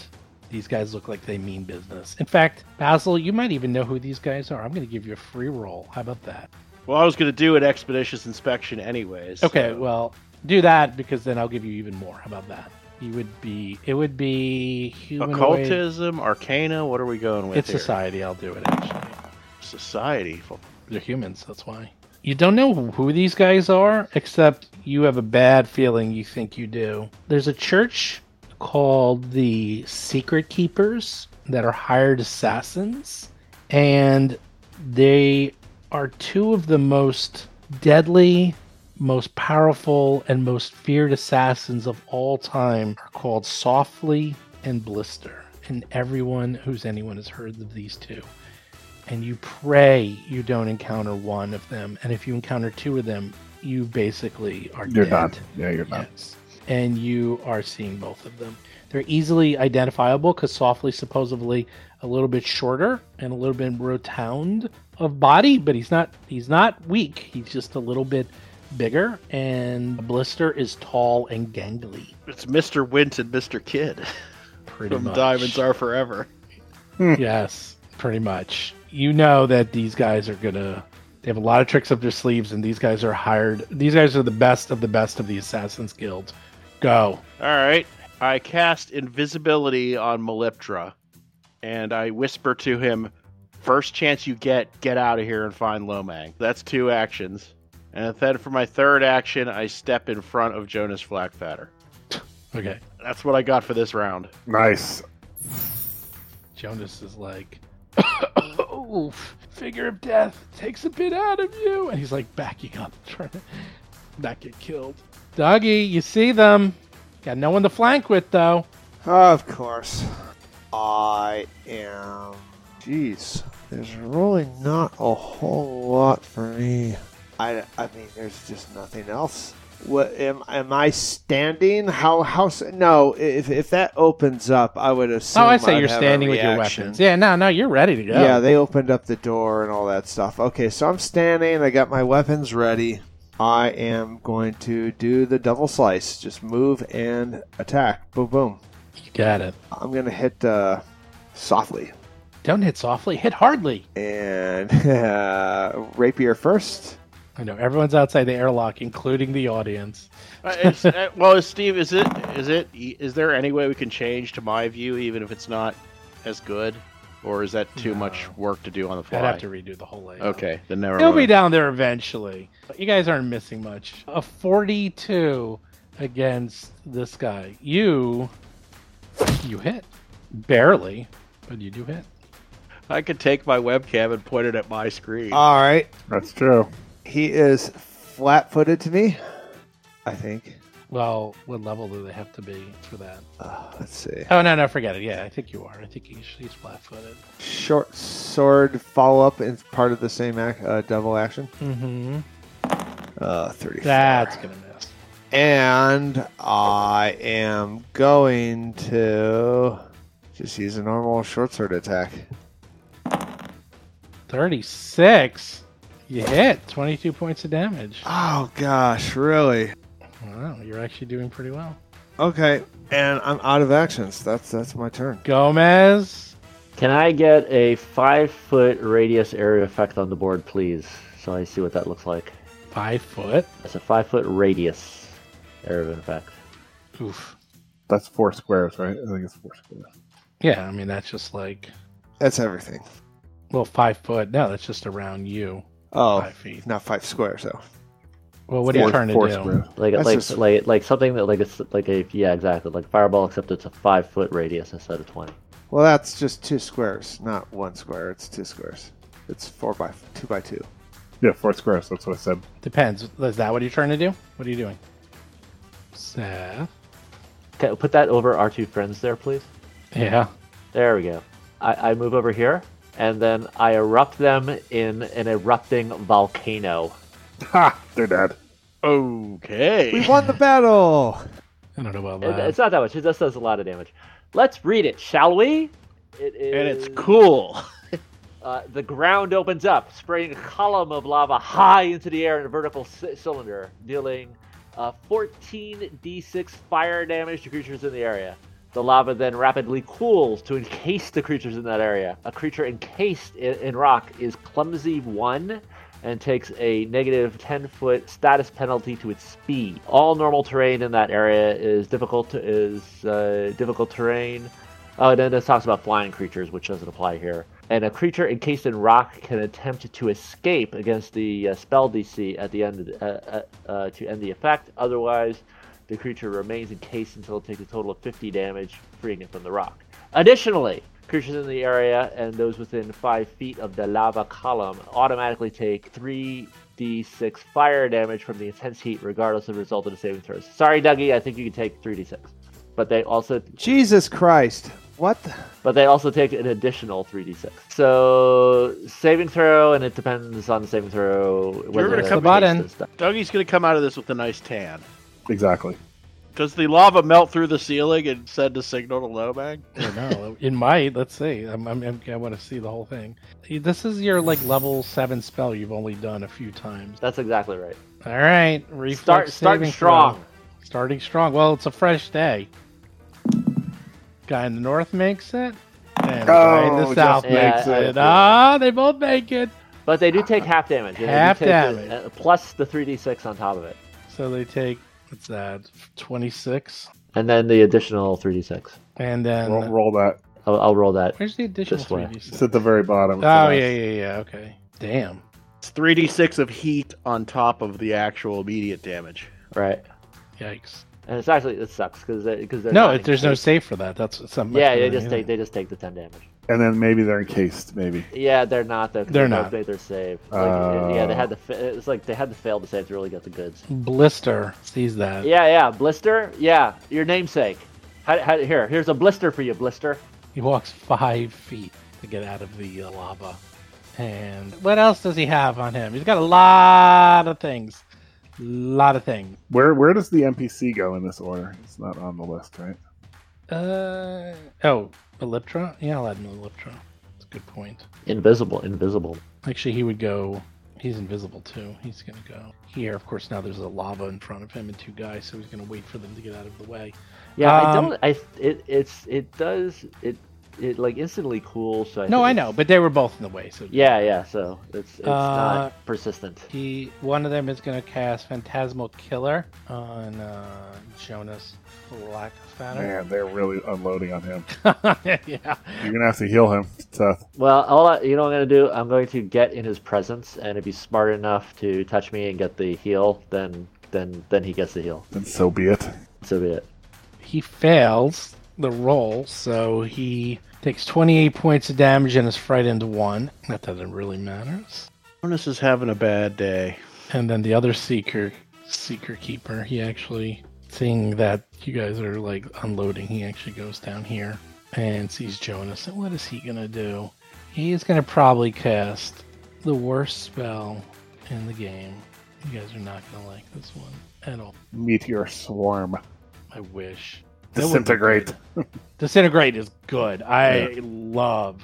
Speaker 2: these guys look like they mean business. In fact, Basil, you might even know who these guys are. I'm going to give you a free roll. How about that?
Speaker 6: Well, I was going to do an expeditious inspection, anyways.
Speaker 2: Okay,
Speaker 6: so-
Speaker 2: well, do that because then I'll give you even more. How about that? You would be. It would be humanoid.
Speaker 6: Occultism, arcana, what are we going with
Speaker 2: It's
Speaker 6: here?
Speaker 2: society. I'll do it actually.
Speaker 6: Society.
Speaker 2: They're humans. That's why. You don't know who these guys are, except you have a bad feeling you think you do. There's a church called the Secret Keepers that are hired assassins, and they are two of the most deadly, most powerful, and most feared assassins of all time are called Softly and Blister. And everyone who's anyone has heard of these two and you pray you don't encounter one of them. And if you encounter two of them, you basically are
Speaker 3: You're
Speaker 2: dead.
Speaker 3: not. Yeah, you're not.
Speaker 2: Yes. And you are seeing both of them. They're easily identifiable because Softly supposedly a little bit shorter and a little bit rotund of body, but he's not he's not weak. He's just a little bit bigger. And Blister is tall and gangly,
Speaker 6: It's Mr. Wint and Mr. Kid
Speaker 2: pretty
Speaker 6: from
Speaker 2: much.
Speaker 6: Diamonds Are Forever.
Speaker 2: *laughs* yes, pretty much. You know that these guys are gonna. They have a lot of tricks up their sleeves, and these guys are hired. These guys are the best of the best of the Assassin's Guild. Go.
Speaker 6: All right. I cast invisibility on Meliptra, and I whisper to him, first chance you get, get out of here and find Lomang. That's two actions. And then for my third action, I step in front of Jonas Flackfatter.
Speaker 2: Okay.
Speaker 6: That's what I got for this round.
Speaker 3: Nice.
Speaker 2: Jonas is like, *coughs* Oof, figure of death takes a bit out of you, and he's like backing up, *laughs* trying to not get killed. Doggy, you see them. Got no one to flank with though.
Speaker 5: Of course. I am. Jeez, there's really not a whole lot for me. I, I mean, there's just nothing else. What am am I standing? How how s- no? If if that opens up, I would assume.
Speaker 2: oh, I say
Speaker 5: I'd
Speaker 2: you're
Speaker 5: have a
Speaker 2: standing with your
Speaker 5: reaction.
Speaker 2: weapons. Yeah, no, no, you're ready to go.
Speaker 5: Yeah. they opened up the door and all that stuff. Okay, so I'm standing. I got my weapons ready. I am going to do the double slice. Just move and attack. Boom, boom.
Speaker 2: you got it.
Speaker 5: I'm gonna hit uh, softly
Speaker 2: Don't hit softly. Hit hardly.
Speaker 5: and *laughs* uh, rapier first.
Speaker 2: I know everyone's outside the airlock, including the audience.
Speaker 6: Uh, it's-
Speaker 2: *laughs*
Speaker 6: uh, well, Steve, is it is it is there any way we can change to my view, even if it's not as good, or is that too much work to do on the fly?
Speaker 2: I'd have to redo the whole layout.
Speaker 6: Okay, then never
Speaker 2: He'll be
Speaker 6: mind.
Speaker 2: down there eventually. You guys aren't missing much. A 42 against this guy. You, you hit. Barely, but you do hit.
Speaker 6: I could take my webcam and point it at my screen.
Speaker 5: All right,
Speaker 3: That's true.
Speaker 5: he is flat-footed to me. I think.
Speaker 2: Well, what level do they have to be for that?
Speaker 5: Uh, let's see.
Speaker 2: Oh, no, no, forget it. Yeah, I think you are. I think he's, he's flat footed.
Speaker 5: Short sword follow-up is part of the same ac- uh, double action.
Speaker 2: Mm-hmm.
Speaker 5: Uh, Thirty.
Speaker 2: That's going to miss.
Speaker 5: And I am going to just use a normal short sword attack.
Speaker 2: 36. You hit. 22 points of damage.
Speaker 5: Oh gosh, really?
Speaker 2: Wow, you're actually doing pretty well.
Speaker 5: Okay, and I'm out of actions. That's that's my turn.
Speaker 2: Gomez.
Speaker 4: Can I get a five foot radius area effect on the board, please? So I see what that looks like.
Speaker 2: Five foot.
Speaker 4: That's a five foot radius area of effect.
Speaker 2: Oof.
Speaker 3: That's four squares, right? I think it's four squares.
Speaker 2: Yeah, I mean that's just like
Speaker 5: That's everything.
Speaker 2: well five foot. No, that's just around you.
Speaker 5: Oh,
Speaker 2: Five feet.
Speaker 5: not five squares though.
Speaker 2: Well, what are you
Speaker 3: Four-
Speaker 2: trying to
Speaker 3: four
Speaker 2: do?
Speaker 3: squares.
Speaker 4: Like
Speaker 5: That's
Speaker 4: like
Speaker 5: just-
Speaker 4: like like something that like it's like a yeah exactly like fireball except it's a five foot radius instead of twenty.
Speaker 5: Well, that's just two squares, not one square. It's two squares. It's four by two by two.
Speaker 3: Yeah, four squares. That's what I said.
Speaker 2: Depends. Is that what you're trying to do? What are you doing? Seth.
Speaker 4: Okay, put that over our two friends there, please.
Speaker 2: Yeah.
Speaker 4: There we go. I, I move over here and then I erupt them in an erupting volcano.
Speaker 3: Ha! They're dead.
Speaker 6: Okay.
Speaker 5: We won the battle.
Speaker 2: I don't know about
Speaker 4: It-
Speaker 2: that.
Speaker 4: it's not that much. It just does a lot of damage. Let's read it, shall we? It is,
Speaker 6: And it's cool.
Speaker 4: Uh, the ground opens up, spraying a column of lava high into the air in a vertical c- cylinder, dealing uh, 14d6 fire damage to creatures in the area. The lava then rapidly cools to encase the creatures in that area. A creature encased in, in rock is clumsy 1 and takes a negative 10 foot status penalty to its speed. All normal terrain in that area is difficult to, is uh, difficult terrain. Oh, then this talks about flying creatures, which doesn't apply here. and a creature encased in rock can attempt to escape against the uh, spell DC at the end of the, uh, uh, uh, to end the effect. Otherwise, the creature remains encased until it takes a total of 50 damage, freeing it from the rock. Additionally, creatures in the area and those within five feet of the lava column automatically take three. D6 fire damage from the intense heat, regardless of the result of the saving throws. Sorry, Dougie, I think you can take 3d6. But they also
Speaker 5: Jesus Christ. What? The...
Speaker 4: but they also take an additional 3d6. So saving throw, and it depends on the saving throw. whether
Speaker 6: gonna
Speaker 4: it
Speaker 6: come-
Speaker 4: takes
Speaker 2: Button.
Speaker 4: this stuff.
Speaker 6: Dougie's gonna come out of this with a nice tan.
Speaker 3: Exactly.
Speaker 6: Does the lava melt through the ceiling and send a signal to Lobang?
Speaker 2: don't
Speaker 4: *laughs*
Speaker 2: know. It might. Let's see. I'm, I'm, I'm, I want to see the whole thing. This is your like level seven spell you've only done a few times.
Speaker 4: That's exactly right.
Speaker 2: All right.
Speaker 4: Start
Speaker 2: Reflex
Speaker 4: starting
Speaker 2: saving
Speaker 4: strong.
Speaker 2: throw. Starting strong. Well, it's a fresh day. Guy in the north makes it, and the guy in
Speaker 3: Oh,
Speaker 2: the
Speaker 3: just
Speaker 2: south
Speaker 4: makes
Speaker 2: makes
Speaker 4: it.
Speaker 2: it. Ah, they both make it.
Speaker 4: But they do take half damage. Yeah, you
Speaker 2: Half
Speaker 4: take the-
Speaker 2: damage.
Speaker 4: uh, plus the 3d6 on top of it.
Speaker 2: So they take what's that? Twenty six,
Speaker 4: And then the additional 3d6.
Speaker 2: and then
Speaker 3: Roll, roll that.
Speaker 4: I'll, I'll roll that.
Speaker 2: where's the additional
Speaker 4: This way.
Speaker 2: three d
Speaker 3: It's at the very
Speaker 2: Oh
Speaker 3: bottom. It's the last-
Speaker 2: yeah, yeah, yeah. Okay. Damn.
Speaker 6: It's 3d6 of heat on top of the actual immediate damage.
Speaker 4: Right.
Speaker 2: Yikes.
Speaker 4: And it's actually, it sucks because because they,
Speaker 2: No, there's no save for that. That's something.
Speaker 4: Yeah, they just take they just take the 10 damage.
Speaker 3: And then maybe they're encased, maybe.
Speaker 4: Yeah, they're not though. 'cause
Speaker 2: They're
Speaker 4: they both
Speaker 2: not. Uh.
Speaker 4: Made their save. Like, yeah, they
Speaker 3: Oh.
Speaker 4: had to. fa- It's like they had to fail to save to really get the goods.
Speaker 2: Blister sees that.
Speaker 4: Yeah, yeah, blister. Yeah, your namesake. How, how, here, here's a blister for you, blister.
Speaker 2: He walks five feet to get out of the uh, lava. And what else does he have on him? He's got a lot of things. Lot of things.
Speaker 3: Where where does the NPC go in this order? It's not on the list, right?
Speaker 2: Uh oh, Elliptra. Yeah, I'll add him to Elliptra. That's a good point.
Speaker 4: Invisible, invisible.
Speaker 2: Actually, he would go. He's invisible too. He's gonna go here. Of course, now there's a lava in front of him and two guys, so he's gonna wait for them to get out of the way.
Speaker 4: Yeah, I
Speaker 2: Um,
Speaker 4: don't. I it it's it does it it like instantly cool. So I
Speaker 2: No,
Speaker 4: think
Speaker 2: I
Speaker 4: it's-
Speaker 2: know, but they were both in the way, so
Speaker 4: Yeah, yeah. So it's it's
Speaker 2: Uh,
Speaker 4: not persistent.
Speaker 2: He one of them is going to cast Phantasmal Killer on uh, Jonas Blackfatter.
Speaker 3: Man, they're really unloading on him.
Speaker 2: *laughs* yeah.
Speaker 3: You're gonna have to heal him, Seth.
Speaker 4: Well, all I, you know, what I'm gonna do. I'm going to get in his presence, and if he's smart enough to touch me and get the heal, then then then he gets the heal.
Speaker 3: Then so be it.
Speaker 4: So be it. *laughs*
Speaker 2: He fails the roll, so he takes 28 points of damage and is frightened one. Not that it really matters.
Speaker 6: Jonas is having a bad day.
Speaker 2: And then the other seeker, seeker keeper, he actually seeing that you guys are like unloading, he actually goes down here and sees Jonas. And what is he gonna do? He is gonna probably cast the worst spell in the game. You guys are not gonna like this one at all.
Speaker 3: Meteor swarm.
Speaker 2: I wish. That would be
Speaker 3: Disintegrate.
Speaker 2: Disintegrate is good. I love.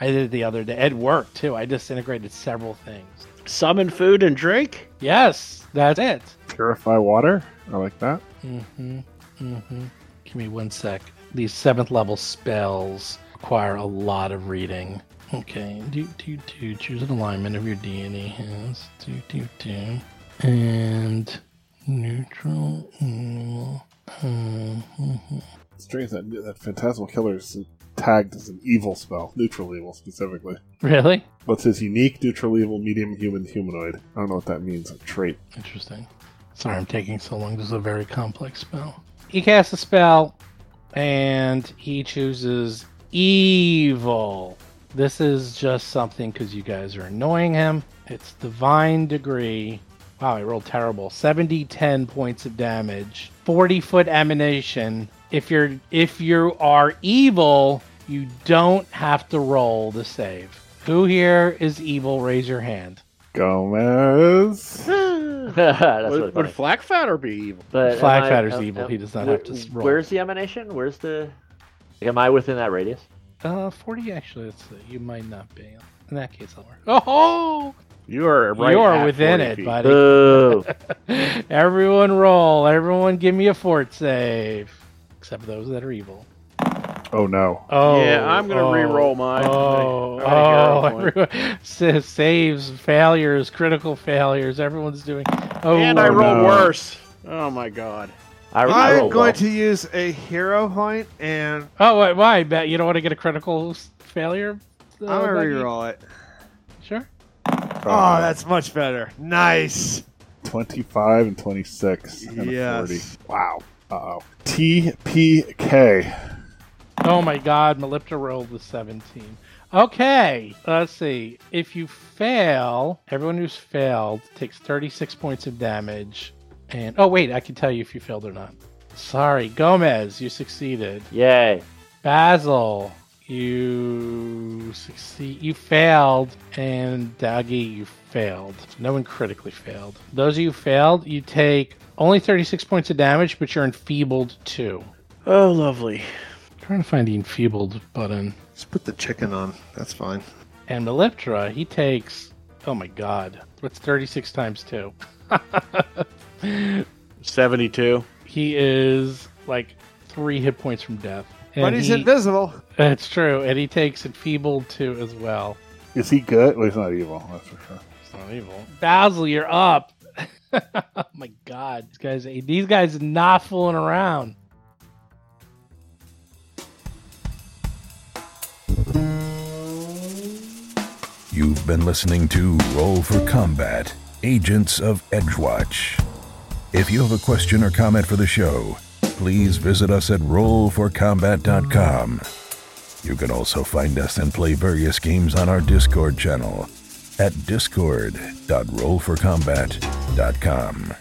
Speaker 2: I did it the other day. It worked too. I disintegrated several things.
Speaker 6: Summon food and drink?
Speaker 2: Yes, that's it.
Speaker 3: Purify water. I like that.
Speaker 2: Mm-hmm. Mm-hmm. Give me one sec. These seventh level spells require a lot of reading. Okay. Do do do. Choose an alignment of your deity. Has do do do. And neutral. mm, mhm.
Speaker 3: It's strange that that phantasmal killer is tagged as an evil spell, neutral evil specifically.
Speaker 2: Really
Speaker 3: But it says unique neutral evil, medium human, humanoid. I don't know what that means. A trait.
Speaker 2: interesting. Sorry, I'm taking so long. This is a very complex spell. He casts a spell, and he chooses evil. This is just something because you guys are annoying him. It's divine degree. Wow, I rolled terrible. 70 10 points of damage. 40 foot emanation. If you're if you are evil, you don't have to roll the save. Who here is evil? Raise your hand.
Speaker 3: Gomez.
Speaker 6: would
Speaker 4: That's really
Speaker 6: would
Speaker 4: funny.
Speaker 6: Flack Fatter be evil?
Speaker 4: But
Speaker 2: Flag
Speaker 4: am I-
Speaker 2: Fatter's
Speaker 4: am-
Speaker 2: evil.
Speaker 4: am-
Speaker 2: He does not
Speaker 4: where-
Speaker 2: have to s- roll.
Speaker 4: Where's the emanation? Where's the? Like, am I within that radius?
Speaker 2: Uh, 40 actually, let's see. You might not be. In that case, I'll work. Oh,
Speaker 6: You are right.
Speaker 2: you
Speaker 6: at
Speaker 2: are within
Speaker 6: 40
Speaker 2: it,
Speaker 6: feet.
Speaker 2: buddy. *laughs*
Speaker 4: Boo!
Speaker 2: Everyone roll. Everyone give me a fort save. Except those that are evil.
Speaker 3: Oh no.
Speaker 2: Oh.
Speaker 6: yeah, I'm gonna
Speaker 2: oh,
Speaker 6: re-roll mine.
Speaker 2: Oh,
Speaker 6: I- I
Speaker 2: oh,
Speaker 6: already got a point.
Speaker 2: everyone, *laughs* sa- saves, failures, critical failures. Everyone's doing. Oh,
Speaker 6: and I
Speaker 2: oh,
Speaker 6: roll
Speaker 3: no.
Speaker 6: worse. Oh my god.
Speaker 4: I, I
Speaker 5: I'm
Speaker 4: roll
Speaker 5: going
Speaker 4: well.
Speaker 5: to use a hero point and
Speaker 2: Oh, wait, why? Bet you don't want to get a critical s- failure What's the?
Speaker 5: I'm gonna
Speaker 2: Dougie?
Speaker 5: reroll it.
Speaker 2: Sure.
Speaker 5: Oh, that's much better. Nice.
Speaker 3: 25 and 26 and
Speaker 5: Yes.
Speaker 3: a 40. Wow. Uh-oh. TPK.
Speaker 2: Oh my God, Melipta rolled the 17. Okay, let's see. If you fail, everyone who's failed takes 36 points of damage. And oh wait, I can tell you if you failed or not. Sorry, Gomez, you succeeded.
Speaker 4: Yay.
Speaker 2: Basil, you succeed. You failed, and Doggy, you failed. No one critically failed. Those of you who failed, you take only 36 points of damage, but you're enfeebled too.
Speaker 6: Oh, lovely.
Speaker 2: Trying to find the enfeebled button.
Speaker 5: Just put the chicken on. That's fine.
Speaker 2: And Meliptra, he takes. Oh my god. What's 36 times 2?
Speaker 6: 72.
Speaker 2: He is like three hit points from death. And
Speaker 5: but he's
Speaker 2: he- *laughs*
Speaker 5: invisible.
Speaker 2: That's true. And he takes Enfeebled 2 as well.
Speaker 3: Is he good? Well, he's not evil, that's for sure.
Speaker 2: It's not evil. Basil, you're up. *laughs* oh my god. These guys, these guys are not fooling around.
Speaker 1: You've been listening to Roll for Combat, Agents of Edgewatch. If you have a question or comment for the show, please visit us at rollforcombat.com. You can also find us and play various games on our Discord channel at discord.rollforcombat.com.